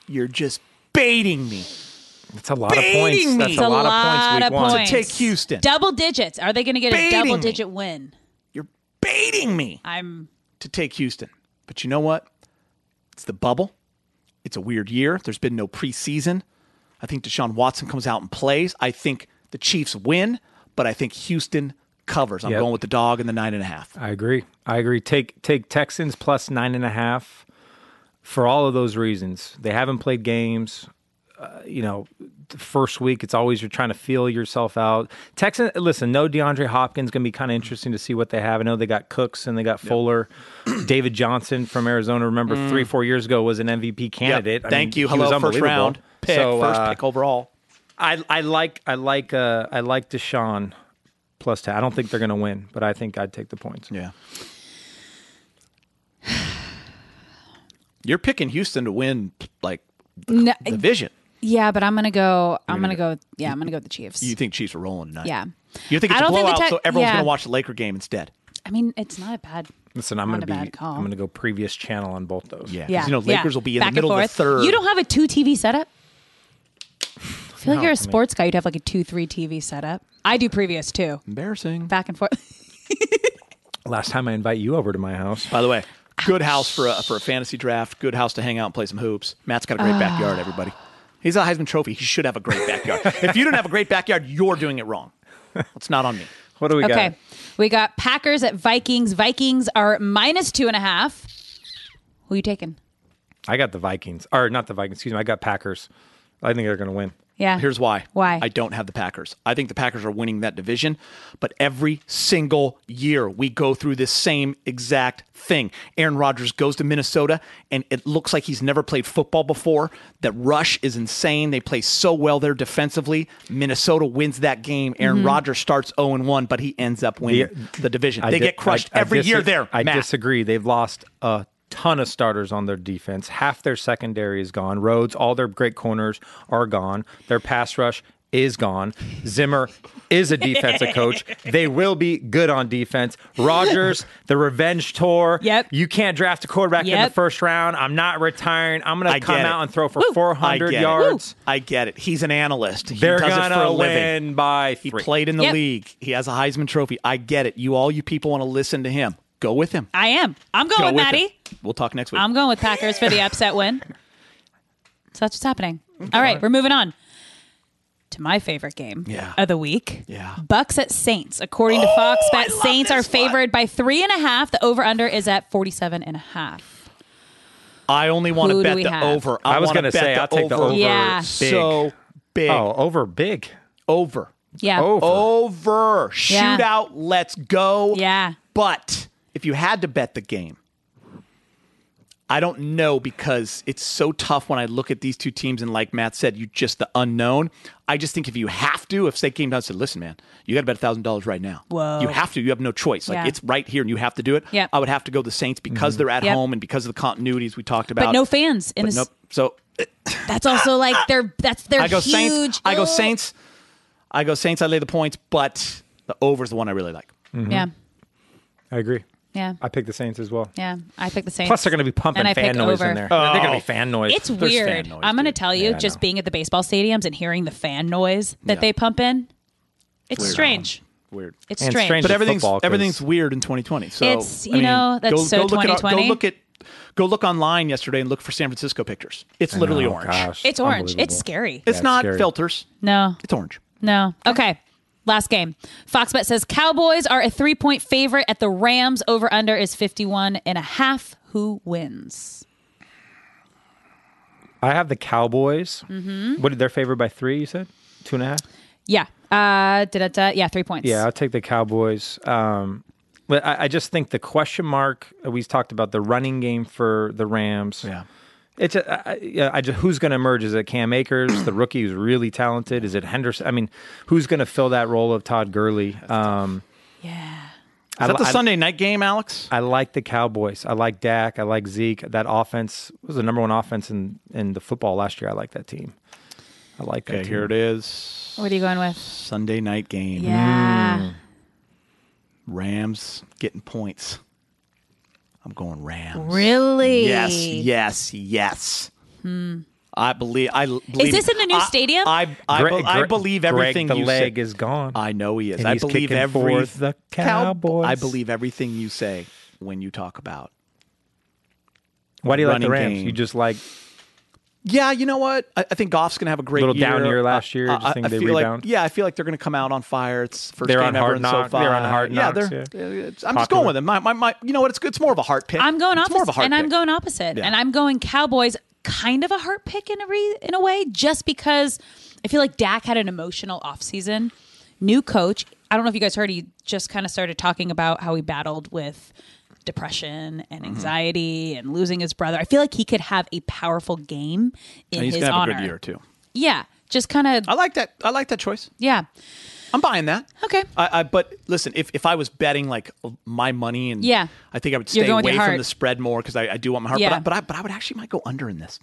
You're just baiting me.
That's a lot of
Baiting
points.
me.
That's
It's
a, lot, of points. Week one.
To take Houston.
Double digits. Are they going to get
Baiting
a double
me.
digit win?
You're baiting me.
I'm
to take Houston. But you know what? It's the bubble. It's a weird year. There's been no preseason. I think Deshaun Watson comes out and plays. I think the Chiefs win, but I think Houston covers. I'm
Yep.
going with the dog in the nine and a half.
I agree. I agree. Take take Texans plus nine and a half for all of those reasons. They haven't played games. Uh, you know, the first week it's always you're trying to feel yourself out. Texan, listen, no DeAndre Hopkins going to be kind of interesting to see what they have. I know they got Cooks and they got Fuller, David Johnson from Arizona. Remember three four years ago was an MVP candidate. I
Mm. Thank
mean,
you.
he
Hello,
was
first
unbelievable.
round pick,
So,
first
uh,
pick overall.
I I like I like uh I like Deshaun plus ten. I don't think they're gonna win, but I think I'd take the points.
Yeah. You're picking Houston to win like the
No,
the division.
yeah, but I'm gonna go. I'm gonna go. Yeah, I'm gonna go with the Chiefs.
You think Chiefs are rolling tonight?
Yeah.
You think it's
I
a
don't think the
blowout,
Tex-
so everyone's
yeah.
going to watch the Laker game instead.
I mean, it's not a bad.
Listen, I'm
Not
gonna
a
be
bad call.
I'm gonna go previous channel on both those.
Yeah. 'cause,
Yeah,
You know,
yeah.
Lakers will be in
Back
the
and
middle of the
forth.
third.
You don't have a two TV setup. I feel like
No,
you're
I
a sports guy. You'd have like a two three TV setup. I do previous too.
Embarrassing.
Back and forth.
Last time I invite you over to my house.
By the way, good house for a for a fantasy draft. Good house to hang out and play some hoops. Matt's got a great backyard. Everybody, he's a Heisman Trophy. He should have a great backyard. if you don't have a great backyard, you're doing it wrong. It's not on me.
What do we
Okay.
got?
We got Packers at Vikings. Vikings are minus two and a half. Who you taking?
I got the Vikings, or not the Vikings. Excuse me. I got Packers. I think they're going to win.
Yeah.
Here's why.
Why?
I don't have the Packers. I think the Packers are winning that division, but every single year we go through this same exact thing. Aaron Rodgers goes to Minnesota and it looks like he's never played football before. That rush is insane. They play so well there defensively. Minnesota wins that game. Aaron
Mm-hmm.
Rodgers starts 0 1, but he ends up winning the, division.
I
they
di-
get crushed
I- I
every
dis-
year there.
I
Matt.
disagree. They've lost a ton of starters on their defense. Half their secondary is gone. Rhodes, all their great corners are gone. Their pass rush is gone. Zimmer is a defensive coach. They will be good on defense. Rogers, the revenge tour.
Yep.
You can't draft a quarterback in
Yep.
the first round. I'm not retiring. I'm going
I
to
get
come
it.
out and throw for
Woo.
I
400
get it.
yards.
I get it. He's an analyst. He
They're
does it for a
gonna
living.
win by
He
three.
played in the
Yep.
league. He has a Heisman Trophy. I get it. You all you people want to listen to him. Go with him.
I am. I'm going
Go
with
with
Maddie. Um,
him. We'll talk next week.
I'm going with Packers for the upset win. So that's what's happening. All right, we're moving on to my favorite game
Yeah.
of the week.
Yeah. Oh,
Bucks at Saints. According to Fox, Bet, Saints are favored by three and a half. The over under is at 47 and a half.
I only want
Who
to
do
bet
we
the
have?
over.
I was
want
gonna say, I'll take the over
Yeah. big.
So big.
Oh, over big.
Over.
Yeah.
Oh.
Over.
Over.
Yeah.
Shootout. Let's go.
Yeah.
But if you had to bet the game, I don't know because it's so tough when I look at these two teams and like Matt said, you just the unknown. I just think if you have to, if State came down and said, listen, man, you gotta bet thousand dollars right now.
Whoa.
You have to, you have no choice. Like
Yeah.
it's right here and you have to do it.
Yep.
I would have to go the Saints because they're at
Yep.
home and because of the continuities we talked about.
But no fans in
But
this.
nope. So
That's also like their that's their
I go
huge.
Saints. I go
Ugh.
Saints. I go Saints. I lay the points, but the over's the one I really like.
Yeah.
I agree.
Yeah.
I picked the Saints as well.
Yeah. I pick the Saints.
Plus, they're going to be pumping
And I
fan
pick
noise
over.
in there. They're going to be fan noise.
It's
There's fan
weird.
noise,
I'm going to
dude.
tell you,
Yeah, I
just
know.
being at the baseball stadiums and hearing the fan noise that
Yeah.
they pump in, it's
Weird.
strange.
Weird.
It's
And
strange.
strange
but
to
everything's
football 'cause-
everything's weird in 2020. So
It's- you know, that's
go,
so
go look At, our- go
2020.
look at go look online yesterday and look for San Francisco pictures. It's literally
Oh,
orange.
gosh.
It's orange. It's
Unbelievable.
scary.
It's
it's
not
scary.
filters.
no,
It's orange.
no. Okay. Last game. Fox Bet says Cowboys are a three point favorite at the Rams. Over under is 51 and a half. Who wins?
I have the Cowboys. Mm-hmm. What they're favored by three? You said two and a half.
Yeah. Uh, da-da-da. Yeah, three points.
Yeah, I'll take the Cowboys. Um, but I, I just think the question mark uh, we talked about the running game for the Rams.
Yeah.
It's a, I, I- yeah, I just, who's going to emerge? Is it Cam Akers, the rookie who's really talented? Is it Henderson? I mean, who's going to fill that role of Todd Gurley? Um,
Yeah.
Is that the
I-
Sunday night game, Alex?
I like the Cowboys. I like Dak. I like Zeke. That offense was the number one offense in, in the football last year. I like that team. I like that
Okay,
team.
here it is.
What are you going with?
Sunday night
Mm.
game.
Yeah.
Rams getting points. I'm going Rams.
Really?
Yes, yes, yes. I believe. I l- believe.
Hmm. this in the new
I-
stadium?
I I,
Gre-
be- I
Gre-
believe
Greg
everything
the
you
leg
say.
is gone.
I know he is.
And
I
he's
believe
kicking for
every
the
Cow-
Cowboys.
I believe everything you say when you talk about.
Why do you like the
running
Rams?
game.
You just like
Yeah, you know what? I, I think Goff's going to have a great
Little
year.
down year last
I-
year.
I,
Just think
I
they
feel like-
rebound.
yeah, I feel like they're going to come out on fire. It's first
They're
game
on
ever
hard
in
knock-
SoFi.
they're on hard
yeah,
knocks,
They're,
yeah.
it's- I'm just
Popular.
going with them. My, my, my, you know what? It's it's more of a heart pick.
I'm going
It's
off,
more of a heart
and
pick.
I'm going opposite,
Yeah.
and I'm going Cowboys. Kind of a heart pick in a re- in a way, just because I feel like Dak had an emotional offseason. New coach. I don't know if you guys heard. He just kind of started talking about how he battled with depression and
Mm-hmm.
anxiety and losing his brother. I feel like he could have a powerful game in
And he's
his
gonna have
honor.
a good year too.
Yeah, just kind of.
I like that. I like that choice.
yeah.
I'm buying that.
Okay.
I, I but listen, if, if I was betting like my money and
Yeah.
I think I would
You're
stay
going with
away
your
from
heart.
the spread more because I, I do want my heart.
Yeah.
But, I, but I but I would actually might go under in this.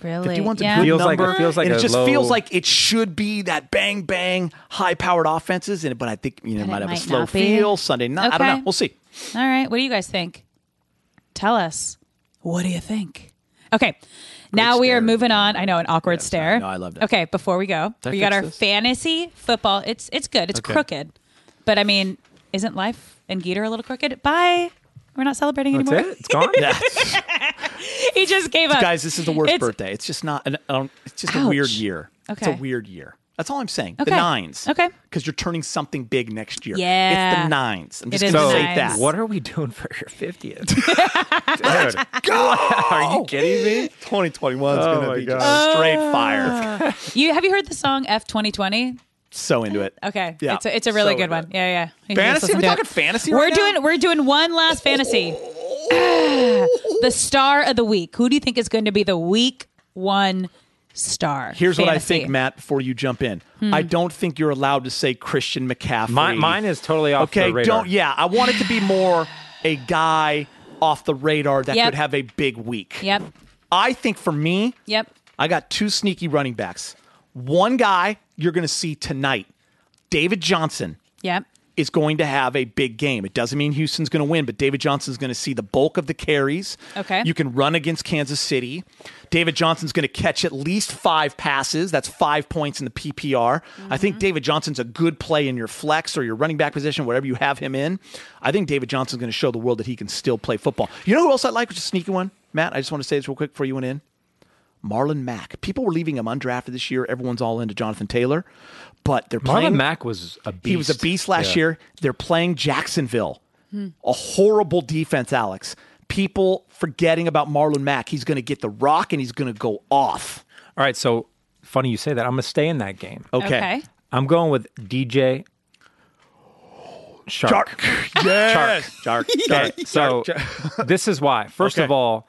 Really.
Fifty one's
yeah.
a good
Feels like-
number.
it feels like
and it
a
just feels
low-
like it should be that bang bang high powered offenses. And but I think you know
But it
might have a
might
slow
not be.
feel Sunday night. I don't
Okay.
know. We'll see.
All right. What do you guys think? Tell us. What do you think? Okay. now we are
stare.
moving on. I know an awkward stare.
no, I loved it.
Okay, before we go,
Did I
we got
fix
our
this?
fantasy football. It's it's good. It's
Okay.
crooked, but I mean, isn't life and Geeter a little crooked? Bye. We're not celebrating
That's
anymore.
it. It's gone.
Yeah.
He just gave up.
Guys, this is the worst
It's-
birthday. It's just not. An, um, it's just a weird
Ouch.
year. It's
Okay.
a weird year. That's all I'm saying.
Okay.
The nines.
Okay.
Because you're turning something big next year. It's
Yeah.
the nines. I'm
It
just
is
gonna
the
say
nines.
that.
What are we doing for your 50th? Dude, Are you kidding me?
2021 is
Oh
gonna
my
be
God.
just
Oh.
straight fire.
you have you heard the song F twenty twenty?
So into it.
Okay,
Yeah.
it's a, it's a really
So
good one.
good.
Yeah, yeah. You can just
Fantasy.
listen
We're
to it.
talking fantasy.
We're
right now?
doing we're doing one last fantasy. the star of the week. Who do you think is going to be the week one star?
Here's what I
fantasy? Hmm.
think, Matt. Before you jump in, I don't think you're allowed to say Christian McCaffrey.
Mine, mine is totally off
okay.
the radar.
Don't. Yeah, I want it to be more a guy off the radar that
Yep.
could have a big week.
Yep.
I think for me,
Yep.
I got two sneaky running backs. One guy you're going to see tonight, David Johnson,
Yep.
is going to have a big game. It doesn't mean Houston's going to win, but David Johnson's going to see the bulk of the carries.
Okay.
You can run against Kansas City. David Johnson's going to catch at least five passes. That's five points in the PPR. I think David Johnson's a good play in your flex or your running back position, whatever you have him in. I think David Johnson's going to show the world that he can still play football. You know who else I like, which is a sneaky one? Matt, I just want to say this real quick before you went in. Marlon Mack. People were leaving him undrafted this year. Everyone's all into Jonathan Taylor, but they're
Marlon
playing.
Mack was a beast.
He was a beast last
Yeah.
year. They're playing Jacksonville, a horrible defense, Alex. People forgetting about Marlon Mack. He's going to get the rock and he's going to go off.
All right, so funny you say that. I'm going to stay in that game.
Okay.
Okay.
I'm going with DJ Shark.
Dark. Yes. Dark. Dark.
So this is why. First
Okay.
of all,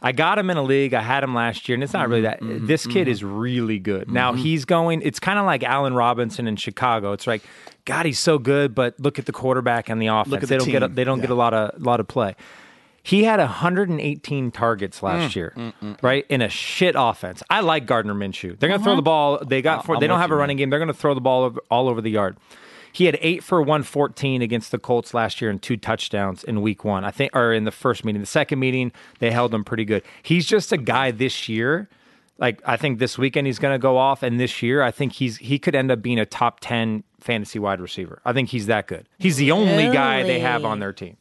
I got him in a league. I had him last year, and it's not really
Mm-hmm.
that. This kid is really good. Now he's going. It's kind of like Allen Robinson in Chicago. It's like, God, he's so good, but look at the quarterback and the offense.
at the
they don't get. A,
team.
they don't get a lot of lot of play. He had 118 targets last
Mm.
year, right? In a shit offense. I like Gardner Minshew. They're going to throw the ball. They got. Four, they
Uh-huh. Oh,
don't
with
have
you,
a
man.
running game. They're going to throw the ball over, all over the yard. He had eight for 114 against the Colts last year and two touchdowns in week one. I think, or in the first meeting. The second meeting, they held him pretty good. He's just a guy this year. Like, I think this weekend he's going to go off. And this year, I think he's, he could end up being a top 10 fantasy wide receiver. I think he's that good. He's the only guy they have on their team.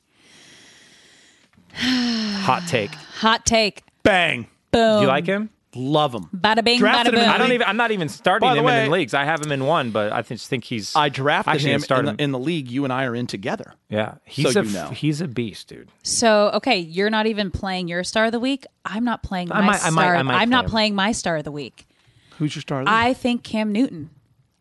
Hot take.
Hot take.
Bang.
Boom.
Do you like him?
Love him.
Bada bing,
Drafted
bada
him in
boom.
I don't even. I'm not even starting
By the
him in,
way-
in leagues. I have him in one, but I just think he's.
I drafted
actually
him,
Start
in, the, in the league you and I are in together.
yeah, he's
so
a
you know.
he's a beast, dude.
So okay, you're not even playing your star of the week. I'm not playing my
I might- I
star.
might- I might
am not
play him.
playing my star of the week.
Who's your star? of the league?
I think Cam Newton.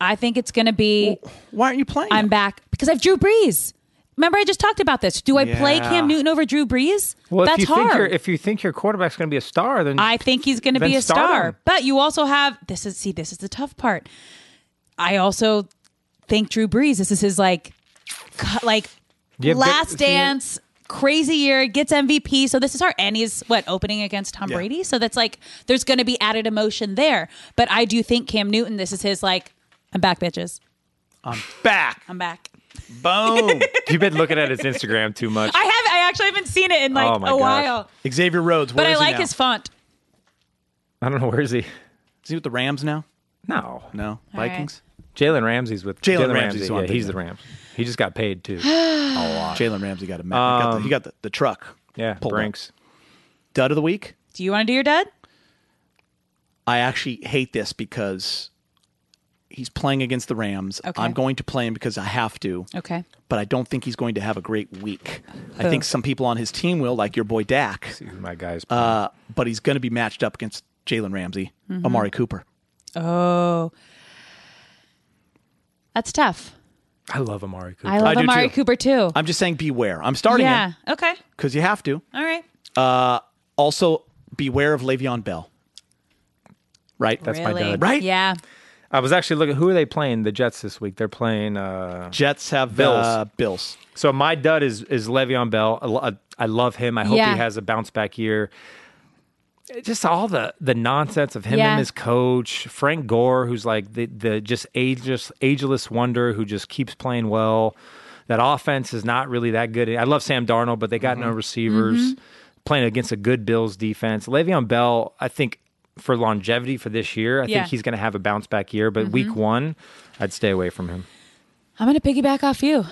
I think it's going to be.
Why aren't you playing?
I'm
him?
back because I've Drew Brees. Remember, I just talked about this. Do I play
Yeah.
Cam Newton over Drew Brees?
Well,
That's
if you
hard.
think your if you think your quarterback's going to be a star, then
I think he's going to
Then
be a
start
star.
him.
But you also have this is see this is the tough part. I also think Drew Brees. This is his like cu- like
You have
last
big- so you-
dance crazy year gets MVP. So this is our and he's what opening against Tom Brady. So that's like there's going to be added emotion there. But I do think Cam Newton. This is his like I'm back, bitches.
back.
I'm back.
Boom.
you've been looking at his Instagram too much.
I have I actually haven't seen it in like
Oh
a
my gosh.
while.
Xavier Rhodes.
But
where
I
is he
like
now?
his font.
I don't know where is he.
Is he with the Rams now?
No,
No.
right.
Vikings.
Jalen Ramsey's with
Jalen Ramsey's
Ramsey.
who I'm
Yeah, he's the
thinking
Rams. He just got paid too.
Jalen Ramsey got a man. he got, the, he got the, the truck.
Yeah,
Pulled up.
Brinks.
Dud of the week.
Do you want to do your dud?
I actually hate this because he's playing against the Rams.
Okay.
I'm going to play him because I have to,
Okay.
but I don't think he's going to have a great week. I
Who?
think some people on his team will, like your boy Dak,
Dude, My guys.
uh, but he's going to be matched up against Jalen Ramsey,
Mm-hmm.
Amari Cooper.
Oh. That's tough.
I love Amari Cooper.
I love
do
Amari
too.
Cooper too.
I'm just saying, beware. I'm starting
yeah.
him
Okay.
because you have to.
All right.
Also, beware of Le'Veon Bell. Right?
That's my
really?
dud.
Right?
Yeah.
I was actually looking. Who are they playing? The Jets this week. They're playing. uh
Jets have
Bills.
Uh, Bills.
So my dud is is Le'Veon Bell. I, lo- I love him. I hope
Yeah.
he has a bounce back year. Just all the the nonsense of him
Yeah.
and his coach Frank Gore, who's like the the just ageless ageless wonder who just keeps playing well. That offense is not really that good. I love Sam Darnold, but they got
Mm-hmm.
no receivers. Playing against a good Bills defense, Le'Veon Bell, I think for longevity for this year,
Yeah.
I
Mm-hmm.
think he's going to have a bounce back year. But week one, I'd stay away from him.
I'm going to piggyback off you,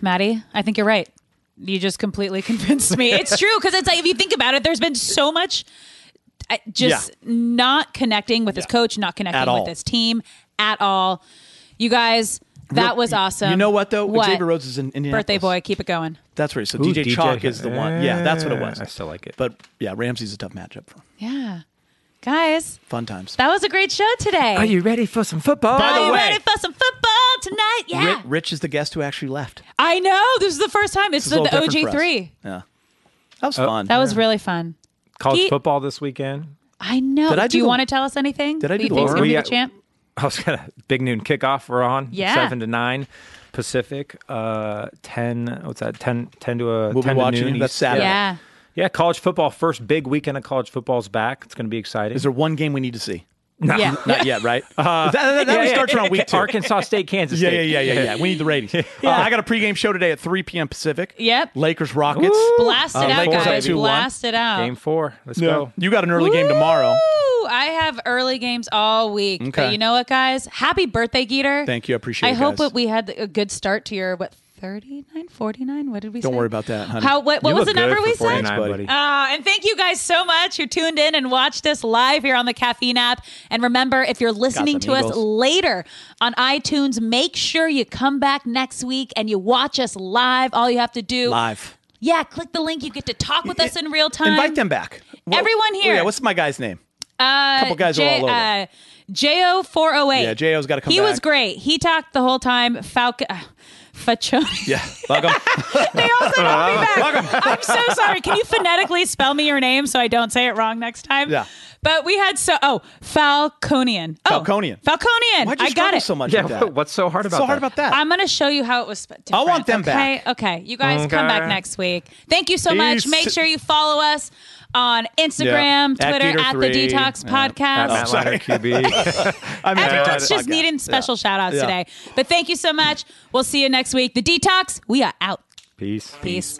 Maddie. I think you're right. You just completely convinced me. It's true because it's like if you think about it, there's been so much I- just
Yeah.
not connecting with his
Yeah.
coach, not connecting
At all.
with his team at all. You guys, that
Real-
was awesome.
You know what though?
What?
Xavier Rhodes is in Indianapolis.
Birthday boy, keep it going.
That's right. So
Ooh,
DJ,
DJ
Chalk is the one. Yeah, that's what it
Yeah,
was.
I still like it.
But yeah, Ramsey's a tough matchup for
Yeah, guys,
fun times.
that was a great show today.
Are you ready for some football?
By the
Are you
way-
ready for some football tonight? Yeah,
Ri- Rich is the guest who actually left.
I know. This is the first time. It's
This is
the,
a
the
little different
OG
for us.
three.
Yeah, that
Oh.
was fun.
That was really fun.
college
He-
football this weekend.
I know.
Did I
do
do
you
the-
want to tell us anything?
Did I
Who
do
you
the
think's gonna
Wolverine?
be
Yeah.
the champ?
I was gonna big noon kickoff. We're on
Yeah.
seven to nine Pacific. Uh, ten. What's that? Ten. Ten to a.
We'll be
ten
watching
To
you.
noon
That's
East-
Saturday.
Yeah.
Yeah.
Yeah, College football. First big weekend of college football's back. It's gonna be exciting.
is there one game we need to see?
Yeah.
Not yet, right? that that, that
Uh, Yeah,
one
yeah.
starts around week two.
Arkansas State, Kansas
Yeah, yeah,
State.
yeah, yeah, yeah. We need the ratings. Uh, I got a pregame show today at 3 p.m. Pacific.
Yep.
Lakers Rockets.
Ooh.
Blast it
Uh,
out,
Lakers up
guys.
2-1.
Blast it out.
Game four. Let's
No,
go.
you got an early game
Woo!
tomorrow.
I have early games all week.
Okay.
But you know what, guys? Happy birthday, Geeter.
Thank you. I appreciate
I
it,
hope
guys.
that we had a good start to your, what, 39, 49? What did we say?
Don't worry about that, honey.
How, what what
You
was the
look
number
good
we
for
said?
49,
buddy.
buddy.
Uh, and thank you guys so much who tuned in and watched us live here on the Caffeine app. And remember, if you're listening
Got
to
them
us
Eagles.
later on iTunes, make sure you come back next week and you watch us live. All you have to do,
Live.
yeah, click the link. You get to talk with us in real time.
Invite them back. Well,
Everyone here.
Yeah, what's my guy's name?
Uh,
Couple guys are all over.
Uh, Jo four oh eight.
Yeah, Jo 's gotta come
He was
back.
great. He talked the whole time. Falcon. Uh, Faccione.
Yeah, welcome.
they also called me back. I'm so sorry. Can you phonetically spell me your name so I don't say it wrong next time?
Yeah.
But we had so oh Falconian. Oh,
Falconian.
Falconian.
Why'd you
I got
struggle
it.
so much
Yeah.
with that?
what- What's so hard about
so
that?
hard about that?
I'm gonna show you how it was. Different,
I want them
okay?
back.
Okay, you guys come
Okay.
back next week. Thank you so much.
Peace.
Make sure you follow us on Instagram,
Yeah. At
Twitter,
Dieter
at, the
Three.
Detox
Yeah.
Podcast.
At Matt Liner QB.
I meant to try
Everyone's
to-
just needing special shout outs
Yeah.
today. But thank you so much. We'll see you next week. The Detox, we are out.
Peace.
Peace.